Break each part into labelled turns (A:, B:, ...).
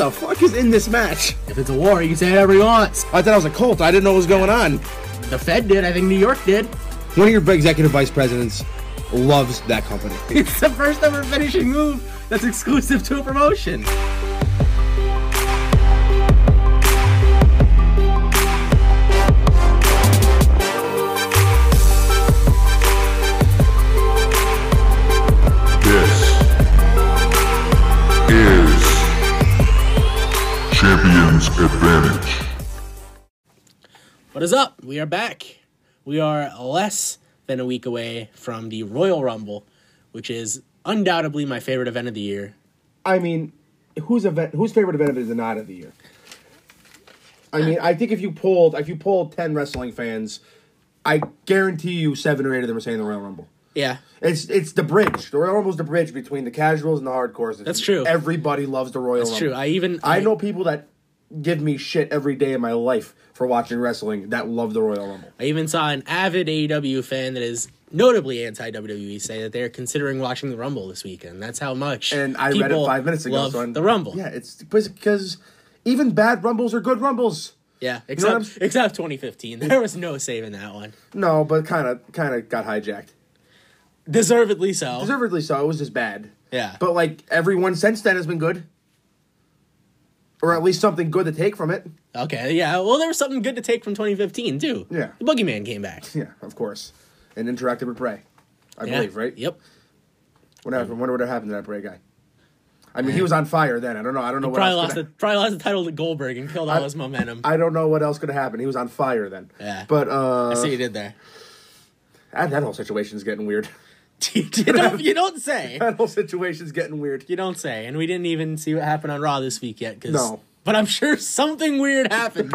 A: in this match.
B: If it's a war, you can say whatever you want.
A: I thought I was a cult. I didn't know what was going on.
B: The Fed did. I think New York did.
A: One of your executive vice presidents loves that company.
B: It's the first ever finishing move that's exclusive to a promotion.
C: This is Champions Advantage.
B: What is up? We are back. We are less than a week away from the Royal Rumble, which is undoubtedly my favorite event of the year.
D: I mean, whose event, whose favorite event is the not of the year? I mean, I think if you polled, if you polled ten wrestling fans, I guarantee you seven or eight of them are saying the Royal Rumble.
B: Yeah.
D: It's it's the bridge. The Royal Rumble's the bridge between the casuals and the hardcores.
B: That's true.
D: Everybody loves the Royal
B: It's
D: Rumble.
B: true. I even
D: I know people that give me shit every day of my life for watching wrestling that love the Royal Rumble.
B: I even saw an avid AEW fan that is notably anti WWE say that they're considering watching the Rumble this weekend. That's how much
D: And I read it
B: people
D: five minutes ago.
B: Love
D: so I'm-
B: the Rumble.
D: Yeah, it's because even bad rumbles are good rumbles.
B: Yeah,
D: know what
B: except except 2015, there was no saving that one.
D: No, but kind of kind of got hijacked.
B: Deservedly so.
D: Deservedly so. It was just bad.
B: Yeah.
D: But like everyone since then has been good, or at least something good to take from it.
B: okay, yeah. Well, there was something good to take from 2015 too.
D: Yeah.
B: the Boogeyman came back.
D: Yeah, of course. And interacted with Bray, I
B: Yeah.
D: believe, right?
B: Yep. Mm-hmm.
D: What happened? Wonder what happened to that Bray guy. I mean, he was on fire then. I don't know. I don't know what
B: Probably
D: else.
B: lost
D: could
B: the probably lost the title to Goldberg and killed all his momentum. I,
D: I don't know what else could have happened. He was on fire then.
B: Yeah.
D: But uh,
B: see you did there.
D: that, that whole situation's getting weird.
B: you, don't, you don't say.
D: that whole situation's getting weird.
B: You don't say. And we didn't even see what happened on Raw this week yet. 'cause-
D: No.
B: But I'm sure something weird happened.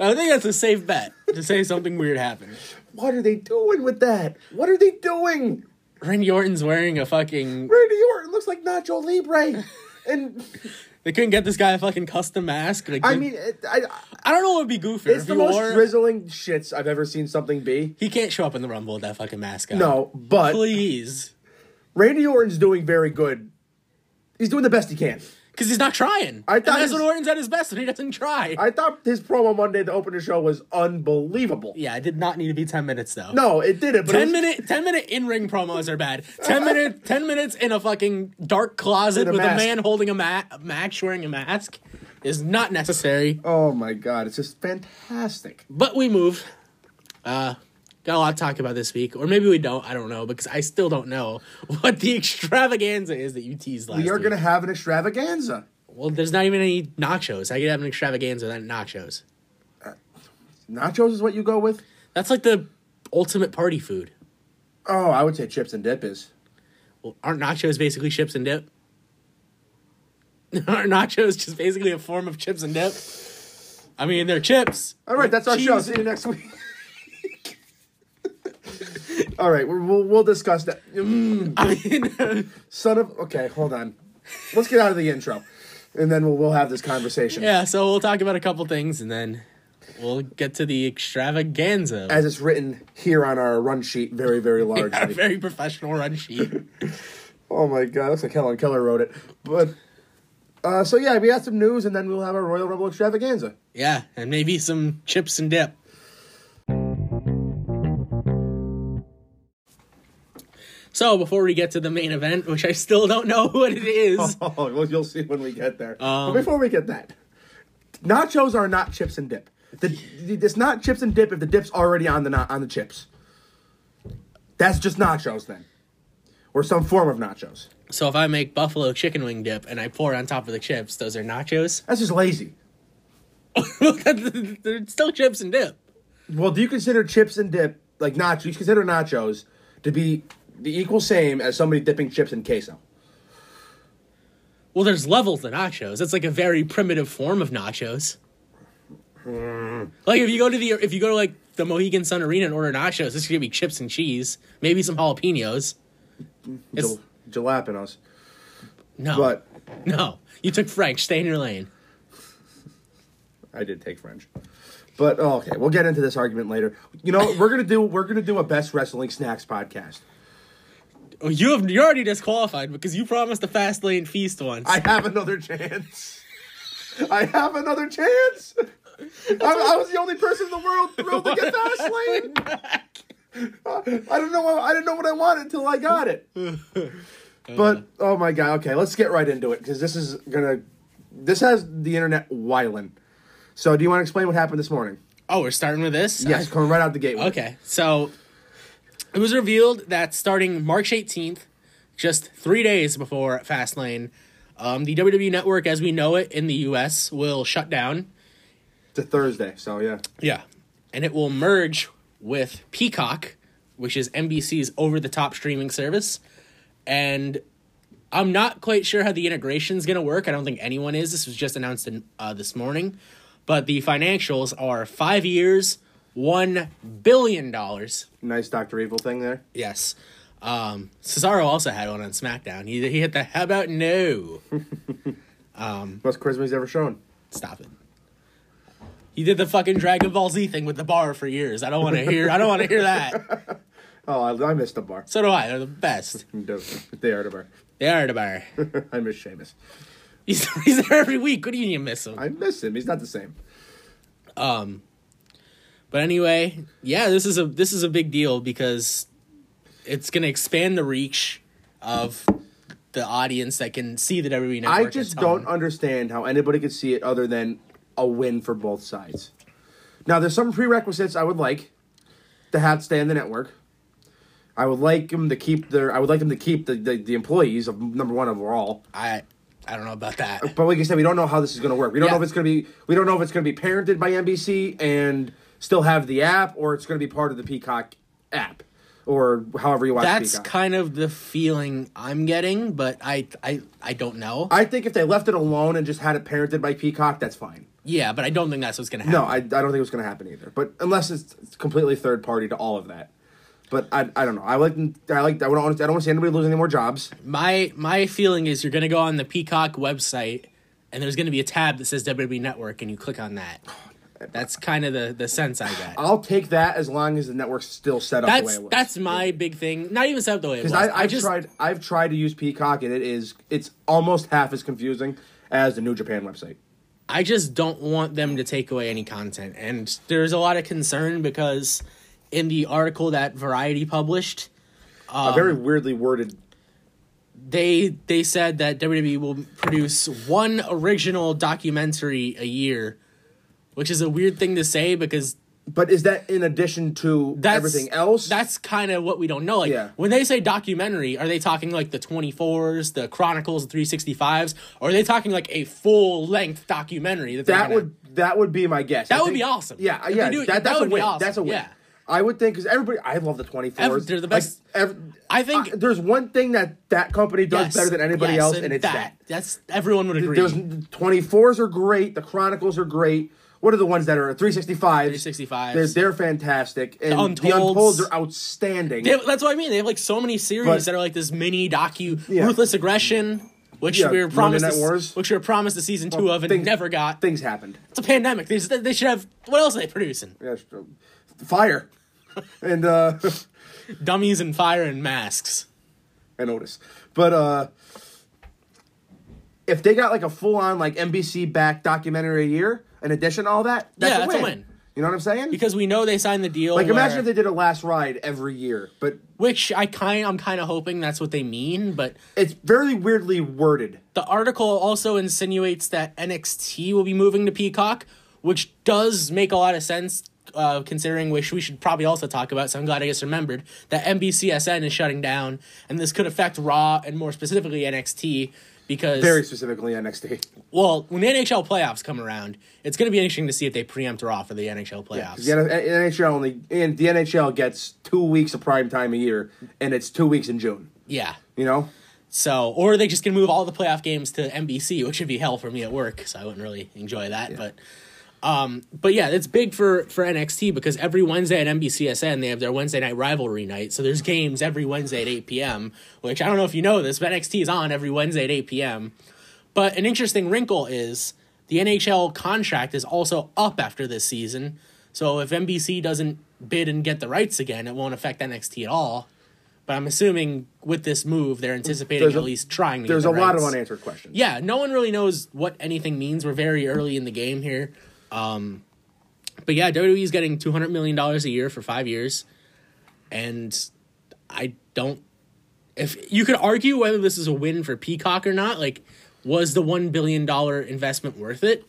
B: I think that's a safe bet to say something weird happened.
D: What are they doing with that? What are they doing?
B: Randy Orton's wearing a fucking.
D: Randy Orton looks like Nacho Libre, and
B: They couldn't get this guy a fucking custom mask. Like,
D: I
B: they-
D: mean, it, I,
B: I don't know what would be goofy
D: it's
B: if
D: the
B: he
D: most
B: wore.
D: drizzling shits I've ever seen something be.
B: he can't show up in the Rumble with that fucking mask on.
D: No, but
B: Please.
D: Randy Orton's doing very good. He's doing the best he can.
B: Because he's not trying.
D: I
B: And
D: thought
B: that's
D: his-
B: when Orton's at his best when he doesn't try.
D: I thought his promo Monday to open the show was unbelievable.
B: yeah, it did not need to be 10 minutes, though.
D: No, it didn't. But it
B: 10
D: was-
B: minute 10 minute in ring promos are bad. 10 minute 10 minutes in a fucking dark closet
D: In a
B: with
D: mask.
B: a man holding a ma- match wearing a mask is not necessary.
D: Oh my god, it's just fantastic.
B: But we move. Uh got a lot to talk about this week or maybe we don't, I don't know because I still don't know what the extravaganza is that you teased last
D: We are
B: week.
D: gonna have an extravaganza.
B: Well, there's not even any nachos. I could have an extravaganza without nachos.
D: Nachos is what you go with.
B: That's like the ultimate party food.
D: Oh, I would say chips and dip is.
B: Well, aren't nachos basically chips and dip? aren't nachos just basically a form of chips and dip? I mean, they're chips.
D: All right, that's our show.
B: Cheese.
D: See you next week. All right, we're- we'll we'll discuss that. Mm,
B: I mean,
D: son of okay, hold on. Let's get out of the intro, and then we'll we'll have this conversation.
B: yeah. So we'll talk about a couple things, and then we'll get to the extravaganza.
D: As it's written here on our run sheet, very very large.
B: a very professional run sheet.
D: Oh my god, looks like Helen Keller wrote it. But uh, so yeah, we have some news, and then we'll have our Royal Rumble extravaganza.
B: yeah, and maybe some chips and dip. So before we get to the main event, which I still don't know what it is,
D: Oh, well, you'll see when we get there. but before we get that, nachos are not chips and dip. The, the- it's not chips and dip if the dip's already on the na- on the chips. That's just nachos then, or some form of nachos.
B: So if I make buffalo chicken wing dip and I pour it on top of the chips, those are nachos.
D: That's just lazy.
B: They're still chips and dip.
D: Well, do you consider chips and dip like nachos? You consider nachos to be the equal same as somebody dipping chips in queso?
B: Well, there's levels to nachos. That's like a very primitive form of nachos. Like if you go to the if you go to like the Mohegan Sun Arena and order nachos, it's gonna be chips and cheese, maybe some jalapenos. It's,
D: Jal- jalapenos.
B: no,
D: But
B: no, you took French. Stay in your lane.
D: I did take French. But oh, okay, we'll get into this argument later. You know, we're gonna do we're gonna do a best wrestling snacks podcast.
B: Oh, You have you're already disqualified because you promised a fast lane feast once.
D: I have another chance. I have another chance. I, I was the only person in the world thrilled to get Fastlane. I didn't know. I didn't know what I wanted until I got it. But oh my god. Okay, let's get right into it because this is gonna. This has the internet whiling. So, do you want to explain what happened this morning?
B: Oh, we're starting with this?
D: Yes, coming right out the gate. with it.
B: Okay, so it was revealed that starting March 18th, just three days before Fastlane, um, the WWE Network as we know it in the US will shut down.
D: It's a Thursday, so yeah.
B: Yeah. And it will merge with Peacock, which is NBC's over the top streaming service. And I'm not quite sure how the integration's going to work. I don't think anyone is. This was just announced in, uh, this morning. But the financials are five years, $1 billion.
D: Nice Doctor Evil thing there.
B: Yes. Um, Cesaro also had one on SmackDown. He, he hit the how about no?
D: Most charisma he's ever shown.
B: Stop it. He did the fucking Dragon Ball Z thing with the bar for years. I don't want to hear. I don't want to hear that.
D: Oh, I, I missed the bar.
B: So do I. They're the best.
D: they are the bar.
B: They are the bar.
D: I miss Seamus.
B: He's, he's there every week. What do you mean you miss him?
D: I miss him. He's not the same.
B: But anyway, yeah, this is a this is a big deal because it's going to expand the reach of the audience that can see the WWE network.
D: I
B: and
D: just
B: tell
D: don't
B: them.
D: understand how anybody could see it other than a win for both sides. Now, there's some prerequisites I would like to have stay on the network. I would like him to keep their. I would like him to keep the, the, the employees of number one overall.
B: I I don't know about that.
D: But like I said, we don't know how this is going to work. We don't
B: Yeah.
D: know if it's going to be. We don't know if it's going to be parented by NBC and still have the app, or it's going to be part of the Peacock app, or however you watch.
B: That's
D: Peacock.
B: kind of the feeling I'm getting, but I I I don't know.
D: I think if they left it alone and just had it parented by Peacock, that's fine.
B: yeah, but I don't think that's what's gonna happen.
D: No, I, I don't think it was going to happen either. But unless it's it's completely third party to all of that. But I, I don't know. I like I like I don't want I don't want to see anybody lose any more jobs.
B: My my feeling is you're gonna go on the Peacock website and there's gonna be a tab that says WWE Network and you click on that. That's kind of the the sense I got.
D: I'll take that as long as the network's still set up the way
B: That's
D: it was.
B: that's my big thing. Not even set up the way it was.
D: Because I, I've
B: I just
D: tried, I've tried to use Peacock, and it is, it's almost half as confusing as the New Japan website.
B: I just don't want them to take away any content. And there's a lot of concern because in the article that Variety published, Um,
D: a very weirdly worded.
B: they they said that WWE will produce one original documentary a year, which is a weird thing to say because
D: But is that in addition to
B: that's
D: everything else?
B: That's kind of what we don't know. Like
D: Yeah.
B: when they say documentary, are they talking like the twenty fours, the chronicles, the three sixty fives, or are they talking like a full length documentary? That, they're
D: that
B: gonna-
D: would that would be my guess.
B: That
D: I
B: would be awesome.
D: Yeah,
B: If
D: yeah.
B: they do it,
D: that,
B: that
D: that's
B: would
D: a
B: be
D: win.
B: awesome,
D: That's a win.
B: yeah.
D: I would think because everybody, I love the twenty fours.
B: Ev- they're the best. I think-
D: uh, there's one thing that that company does
B: Yes,
D: better than anybody
B: yes,
D: else, and, it's that.
B: That's everyone would agree.
D: There's twenty fours are great. The chronicles are great. What are the ones that are three sixty five?
B: 365s.
D: They're they're fantastic, and the
B: Untolds.
D: untolds are outstanding.
B: They have- that's what I mean. They have like so many series
D: But-
B: that are like this mini docu,
D: Yeah.
B: ruthless aggression, which
D: Yeah,
B: we were
D: Monday
B: promised,
D: Night
B: to-
D: Wars.
B: which we were promised a season two of and
D: things-
B: never got.
D: Things happened.
B: it's a pandemic. They, they should have. What else are they producing?
D: Yeah, sh- uh, fire, and uh,
B: Dummies and fire and masks.
D: and Otis. But uh, if they got like a full on like NBC back documentary a year, in addition to all that, that's,
B: Yeah,
D: a,
B: that's
D: win.
B: a win.
D: You know what I'm saying?
B: because we know they signed the deal.
D: like imagine
B: where-
D: if they did a last ride every year, but
B: which I kind I'm kind of hoping that's what they mean, but
D: it's very weirdly worded.
B: the article also insinuates that NXT will be moving to Peacock, which does make a lot of sense. Uh, considering which we should probably also talk about, so I'm glad I just remembered that NBCSN is shutting down, and this could affect Raw and more specifically NXT because
D: Very specifically NXT.
B: well, when the NHL playoffs come around, it's going to be interesting to see if they preempt Raw for the NHL playoffs.
D: The N- NHL only and the NHL gets two weeks of prime time a year, and it's two weeks in June.
B: yeah,
D: You know,
B: So, or they just can move all the playoff games to NBC, which would be hell for me at work, so I wouldn't really enjoy that. But, um, but yeah, it's big for for NXT because every Wednesday at NBCSN they have their Wednesday night rivalry night, so there's games every Wednesday at eight p.m. Which I don't know if you know this, but NXT is on every Wednesday at eight p.m. But an interesting wrinkle is the NHL contract is also up after this season, so if NBC doesn't bid and get the rights again, it won't affect NXT at all. But I'm assuming with this move, they're anticipating
D: There's a-
B: at least trying. To get
D: There's
B: the
D: a lot of
B: rights.
D: unanswered questions.
B: Yeah, no one really knows what anything means. We're very early in the game here. Um, but yeah, WWE's getting two hundred million dollars a year for five years, and I don't. If you could argue whether this is a win for Peacock or not, like, was the one billion dollar investment worth it?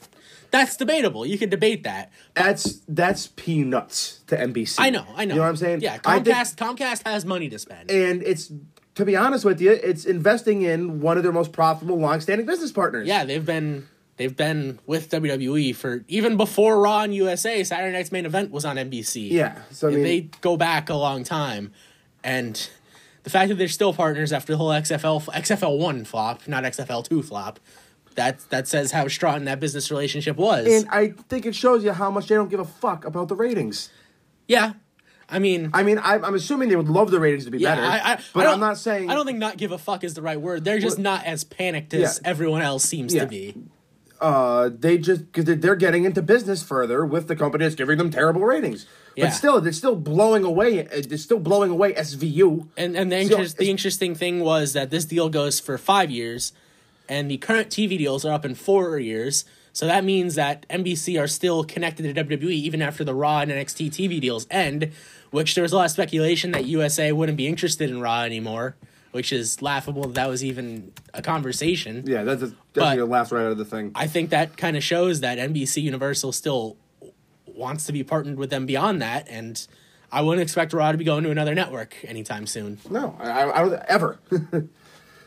B: That's debatable. You could debate that.
D: That's that's peanuts to NBC.
B: I know. I know.
D: You know what I'm saying?
B: Yeah.
D: I think-
B: Comcast. Comcast has money to spend.
D: and it's to be honest with you, it's investing in one of their most profitable, long-standing business partners.
B: yeah, they've been they've been with WWE for even before Raw and USA. Saturday Night's main event was on NBC.
D: Yeah, so, I mean-
B: they go back a long time, and the fact that they're still partners after the whole XFL XFL one flop, not XFL two flop, that that says how strong that business relationship was.
D: And I think it shows you how much they don't give a fuck about the ratings.
B: yeah, I mean.
D: I mean, I'm, I'm assuming they would love the ratings to be
B: yeah,
D: better.
B: I, I,
D: but
B: I don't-
D: I'm not saying.
B: I don't think "not give a fuck" is the right word. They're just not as panicked as
D: Yeah.
B: everyone else seems
D: Yeah.
B: to be.
D: uh, they just because they're, they're getting into business further with the company that's giving them terrible ratings.
B: Yeah.
D: But still, they're still blowing away. uh, They're still blowing away SVU.
B: And and the
D: So
B: interest, the
D: it's-
B: interesting thing was that this deal goes for five years, and the current TV deals are up in four years. So that means that NBC are still connected to WWE even after the Raw and NXT TV deals end, which there was a lot of speculation that USA wouldn't be interested in Raw anymore, which is laughable that that was even a conversation.
D: yeah, that's, that's
B: But-
D: your last right out of the thing.
B: I think that kind of shows that NBC Universal still wants to be partnered with them beyond that, and I wouldn't expect Raw to be going to another network anytime soon.
D: No, I, I I don't ever.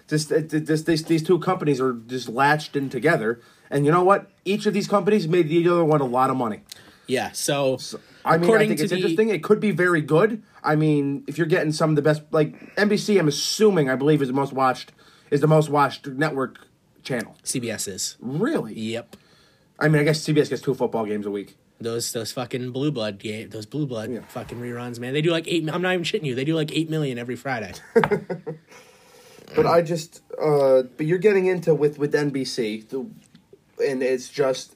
D: just, it- it- just these these two companies are just latched in together, and you know what? Each of these companies made the other one a lot of money.
B: Yeah, so,
D: I mean, I
B: according
D: think
B: to
D: it's
B: the-
D: interesting. It could be very good. I mean, if you're getting some of the best, like NBC, I'm assuming, I believe is the most watched, is the most watched network channel.
B: CBS is.
D: Really?
B: Yep.
D: I mean, I guess CBS gets two football games a week.
B: Those those fucking blue blood game those blue blood fucking reruns, man. They do like eight. I'm not even shitting you. They do like eight million every Friday.
D: But I just, uh, but you're getting into with with NBC, the, and it's just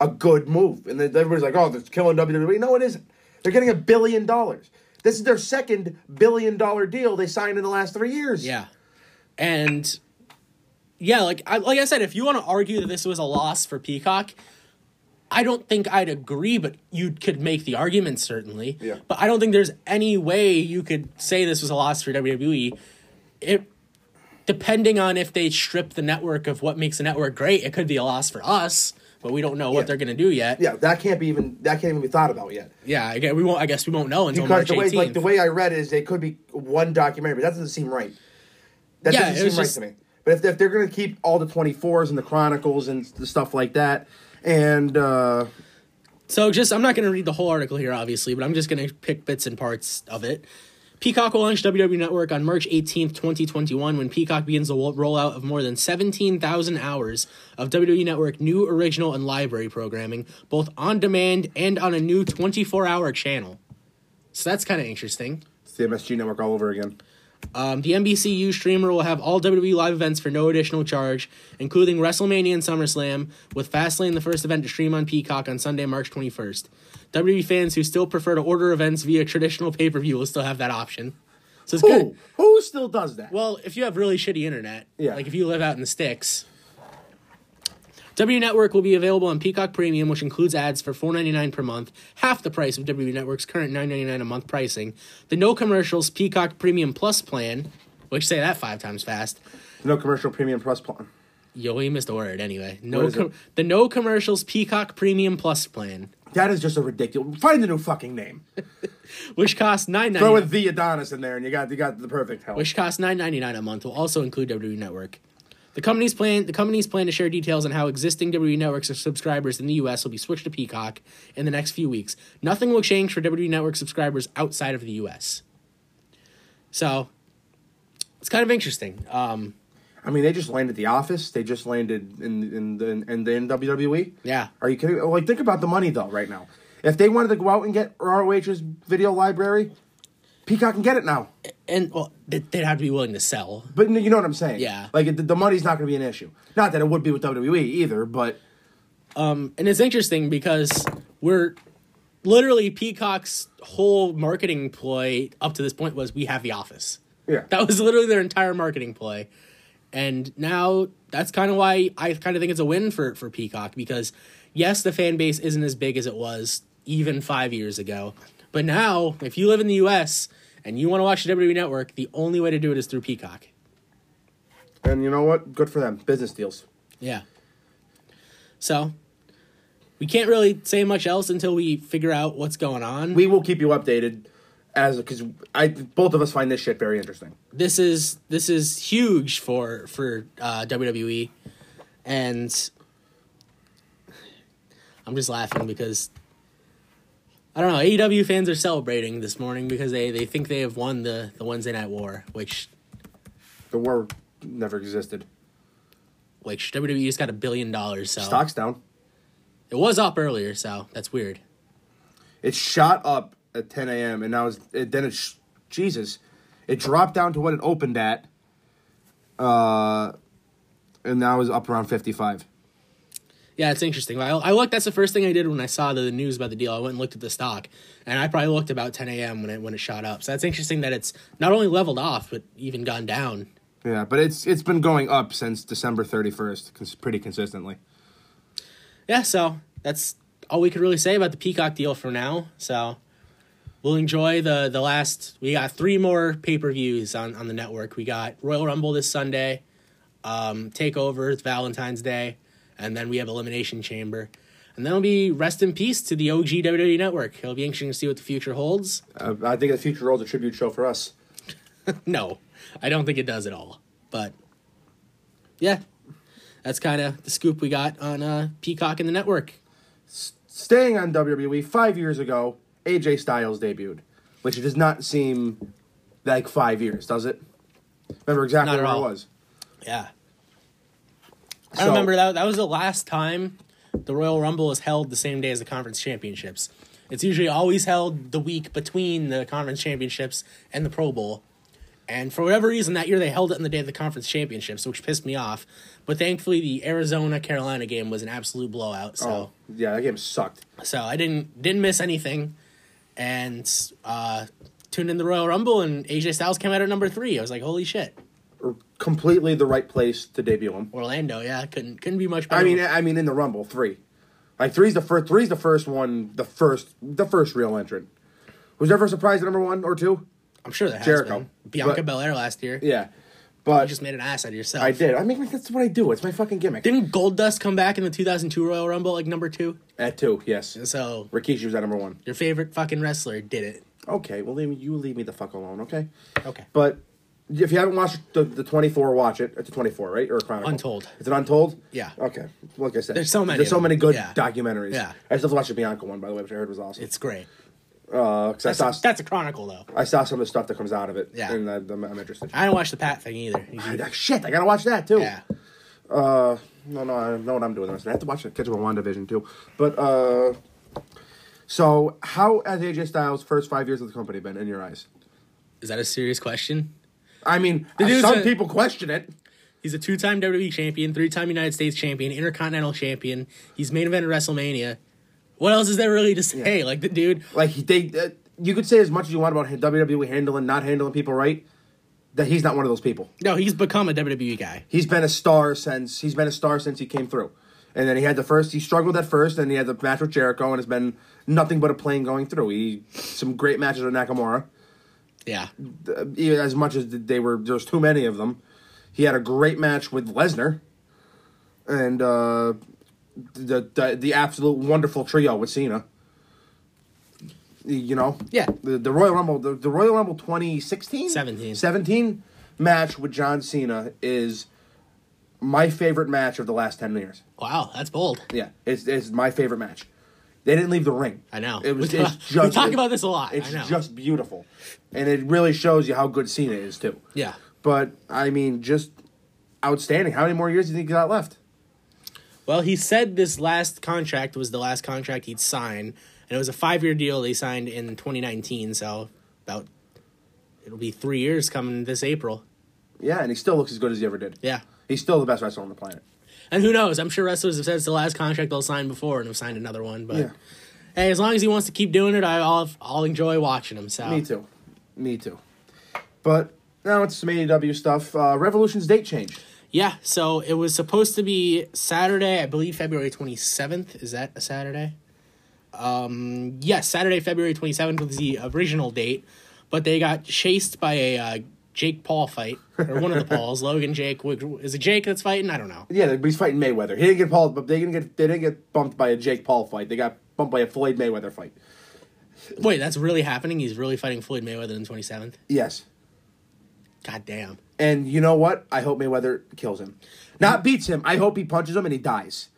D: a good move. And then everybody's like, "Oh, they're killing WWE." No, it isn't. They're getting a billion dollars. This is their second billion dollar deal they signed in the last three years.
B: yeah, and yeah, like I, like I said, if you want to argue that this was a loss for Peacock, I don't think I'd agree, but you could make the argument certainly.
D: Yeah.
B: But I don't think there's any way you could say this was a loss for WWE. It depending on if they strip the network of what makes the network great, it could be a loss for us, but we don't know what
D: Yeah.
B: they're gonna do yet.
D: yeah, that can't be even that can't even be thought about yet.
B: Yeah, I guess we won't. I guess we won't know until
D: Because
B: March
D: the way,
B: eighteenth.
D: like the way I read it is, it could be one documentary, but that doesn't seem right. That
B: Yeah, it
D: doesn't
B: was
D: seem right
B: just-
D: to me. But if, if they're going to keep all the twenty fours and the chronicles and the stuff like that, and uh,
B: so just, I'm not going to read the whole article here, obviously, but I'm just going to pick bits and parts of it. Peacock will launch WWE E Network on March 18th, 2021, when Peacock begins the wo- rollout of more than 17,000 hours of WWE Network new original and library programming, both on demand and on a new 24 hour channel. So that's kind of interesting.
D: it's the MSG network all over again.
B: Um, the NBCU streamer will have all WWE live events for no additional charge, including WrestleMania and SummerSlam, with Fastlane the first event to stream on Peacock on Sunday, March 21st. WWE E fans who still prefer to order events via traditional pay per view will still have that option. So it's
D: Who
B: good.
D: who still does that?
B: Well, if you have really shitty internet,
D: Yeah.
B: like if you live out in the sticks, W Network will be available on Peacock Premium, which includes ads for $4.99 per month, half the price of W Network's current $9.99 a month pricing. The no commercials Peacock Premium Plus plan, which say that five times fast.
D: no commercial premium plus plan.
B: Yo, we missed a word anyway. No,
D: What is
B: com-
D: it?
B: the no commercials Peacock Premium Plus plan,
D: That is just a ridiculous. Find a new fucking name.
B: which costs nine ninety
D: Throw
B: nine.
D: in the Adonis in there, and you got you got the perfect help.
B: which costs nine ninety nine a month, will also include WWE Network. The company's plan the company's plan to share details on how existing WWE Network subscribers in the US will be switched to Peacock in the next few weeks. Nothing will change for WWE Network subscribers outside of the US. So it's kind of interesting. Um,
D: I mean, they just landed the office. They just landed in in the in, the in WWE.
B: Yeah.
D: E. Are you kidding? Like, think about the money though. Right now, if they wanted to go out and get ROH's video library, Peacock can get it now.
B: and well, they- they'd have to be willing to sell.
D: But you know what I'm saying?
B: Yeah.
D: Like it, the money's not going to be an issue. Not that it would be with WWE either, but
B: and it's interesting because we're literally Peacock's whole marketing ploy up to this point was we have the office.
D: Yeah.
B: That was literally their entire marketing play. And now that's kind of why I kind of think it's a win for, for Peacock because, yes, the fan base isn't as big as it was even five years ago. But now, if you live in the US and you want to watch the WWE Network, the only way to do it is through Peacock.
D: And you know what? Good for them. Business deals.
B: Yeah. So we can't really say much else until we figure out what's going on.
D: We will keep you updated as because I both of us find this shit very interesting.
B: this is this is huge for for uh, WWE, and I'm just laughing because I don't know. AEW fans are celebrating this morning because they they think they have won the the Wednesday Night War, which
D: The war never existed.
B: which WWE just got a billion dollars. So
D: Stocks down.
B: it was up earlier, so that's weird.
D: It shot up at 10 a.m. and now it's it, then it's sh- Jesus. It dropped down to what it opened at. Uh, and now is up around 55.
B: Yeah, it's interesting. I, I looked. That's the first thing I did when I saw the, the news about the deal. I went and looked at the stock, and I probably looked about 10 a.m. when it when it shot up. So that's interesting that it's not only leveled off, but even gone down.
D: Yeah, but it's it's been going up since December 31st, cons- pretty consistently.
B: Yeah, so that's all we could really say about the Peacock deal for now. So we'll enjoy the the last. We got three more pay per views on on the network. We got Royal Rumble this Sunday, um, Takeover it's Valentine's Day, and then we have Elimination Chamber. And then it'll be rest in peace to the OG WWE E Network. It'll be interesting to see what the future holds.
D: Uh, I think the future holds a tribute show for us.
B: No, I don't think it does at all. But yeah, that's kind of the scoop we got on uh, Peacock and the network.
D: Staying on WWE, five years ago, AJ Styles debuted, which does not seem like five years, does it? Remember exactly
B: Not at
D: where it
B: all.
D: was.
B: Yeah. I
D: So-
B: remember that that was the last time the Royal Rumble was held the same day as the conference championships. It's usually always held the week between the conference championships and the Pro Bowl. And for whatever reason that year they held it on the day of the conference championships, which pissed me off. But thankfully the Arizona Carolina game was an absolute blowout, so
D: Yeah, that game sucked.
B: so I didn't didn't miss anything. And uh tuned in the Royal Rumble and AJ Styles came out at number 3. I was like, "Holy shit."
D: Completely the right place to debut him.
B: Orlando, yeah, couldn't couldn't be much better.
D: I mean, I mean, in the Rumble, three. Like three's the first. Three's the first one. The first. The first real entrant. Was ever surprised at number one or two?
B: I'm sure there has
D: Jericho.
B: been. Bianca
D: But-
B: Belair last year.
D: Yeah,
B: You
D: but
B: just made an ass out of yourself.
D: I did. I mean, that's what I do. It's my fucking gimmick.
B: Didn't Goldust come back in the 2002 Royal Rumble like number two?
D: At two, yes.
B: So
D: Rikishi was at number one.
B: your favorite fucking wrestler did it.
D: Okay, well, then you leave me the fuck alone, okay?
B: Okay.
D: But if you haven't watched the, the 24, watch it. It's a 24, right? Or a Chronicle?
B: Untold.
D: Is it Untold?
B: Yeah.
D: Okay. Like I said,
B: There's so many
D: There's so
B: of them.
D: many good
B: Yeah.
D: documentaries.
B: Yeah.
D: I still watched the Bianca one, by the way, which I heard was awesome.
B: It's great.
D: 'Cause I,
B: That's,
D: saw,
B: that's a chronicle though.
D: I saw some of the stuff that comes out of it.
B: Yeah.
D: And I, I'm, I'm interested.
B: I didn't watch the Pat thing either.
D: Ah, Shit, I gotta watch that too.
B: Yeah.
D: No, no, I know what I'm doing. the rest of it. I have to watch catch up on WandaVision too. But uh, so how has AJ Styles' first five years of the company been in your eyes?
B: Is that a serious question?
D: I mean,
B: dude's
D: some
B: a-
D: people question it.
B: He's a two-time WWE champion, three-time United States champion, Intercontinental champion. He's main event at WrestleMania. What else is there really to say? Like the dude,
D: Like they, uh, you could say as much as you want about WWE E handling, not handling people right. That he's not one of those people.
B: no, he's become a WWE guy.
D: He's been a star since he's been a star since he came through, and then he had the first. He struggled at first, and he had the match with Jericho, and it's been nothing but a plane going through. He some great matches with Nakamura.
B: Yeah,
D: even as much as they were there's too many of them. He had a great match with Lesnar, and uh, the, the the absolute wonderful trio with Cena. You know,
B: Yeah.
D: The, the Royal Rumble, the, the Royal Rumble 2016?
B: 17.
D: 17 match with John Cena is my favorite match of the last ten years.
B: wow, that's bold.
D: Yeah, it's it's my favorite match. They didn't leave the ring.
B: I know.
D: It was
B: We
D: it's
B: talk-
D: just
B: we talk
D: it-
B: about this a lot. I
D: It's
B: know.
D: just beautiful, and it really shows you how good Cena is too.
B: Yeah.
D: But I mean, just outstanding. How many more years do you think he got left?
B: Well, he said this last contract was the last contract he'd sign, and it was a five-year deal they signed in 2019. So about it'll be three years coming this April.
D: Yeah, and he still looks as good as he ever did.
B: Yeah,
D: He's still the best wrestler on the planet.
B: and who knows? I'm sure wrestlers have said it's the last contract they'll sign before, and have signed another one. But
D: Yeah.
B: hey, as long as he wants to keep doing it, I, I'll I'll enjoy watching him. So
D: Me too. Me too. But Now it's some AEW stuff. Uh, Revolution's date changed.
B: Yeah, so it was supposed to be Saturday, I believe February 27th. Is that a Saturday? Um, yes, Saturday, February 27th was the original date, but they got chased by a uh, Jake Paul fight, or one of the Pauls, Logan Jake. which- Is it Jake that's fighting? I don't know.
D: Yeah, but he's fighting Mayweather. He didn't get Paul, but they didn't get they didn't get bumped by a Jake Paul fight. They got bumped by a Floyd Mayweather fight.
B: Wait, that's really happening? He's really fighting Floyd Mayweather on the 27th?
D: Yes.
B: God damn.
D: And you know what? I hope Mayweather kills him. Not beats him. I hope he punches him and he dies.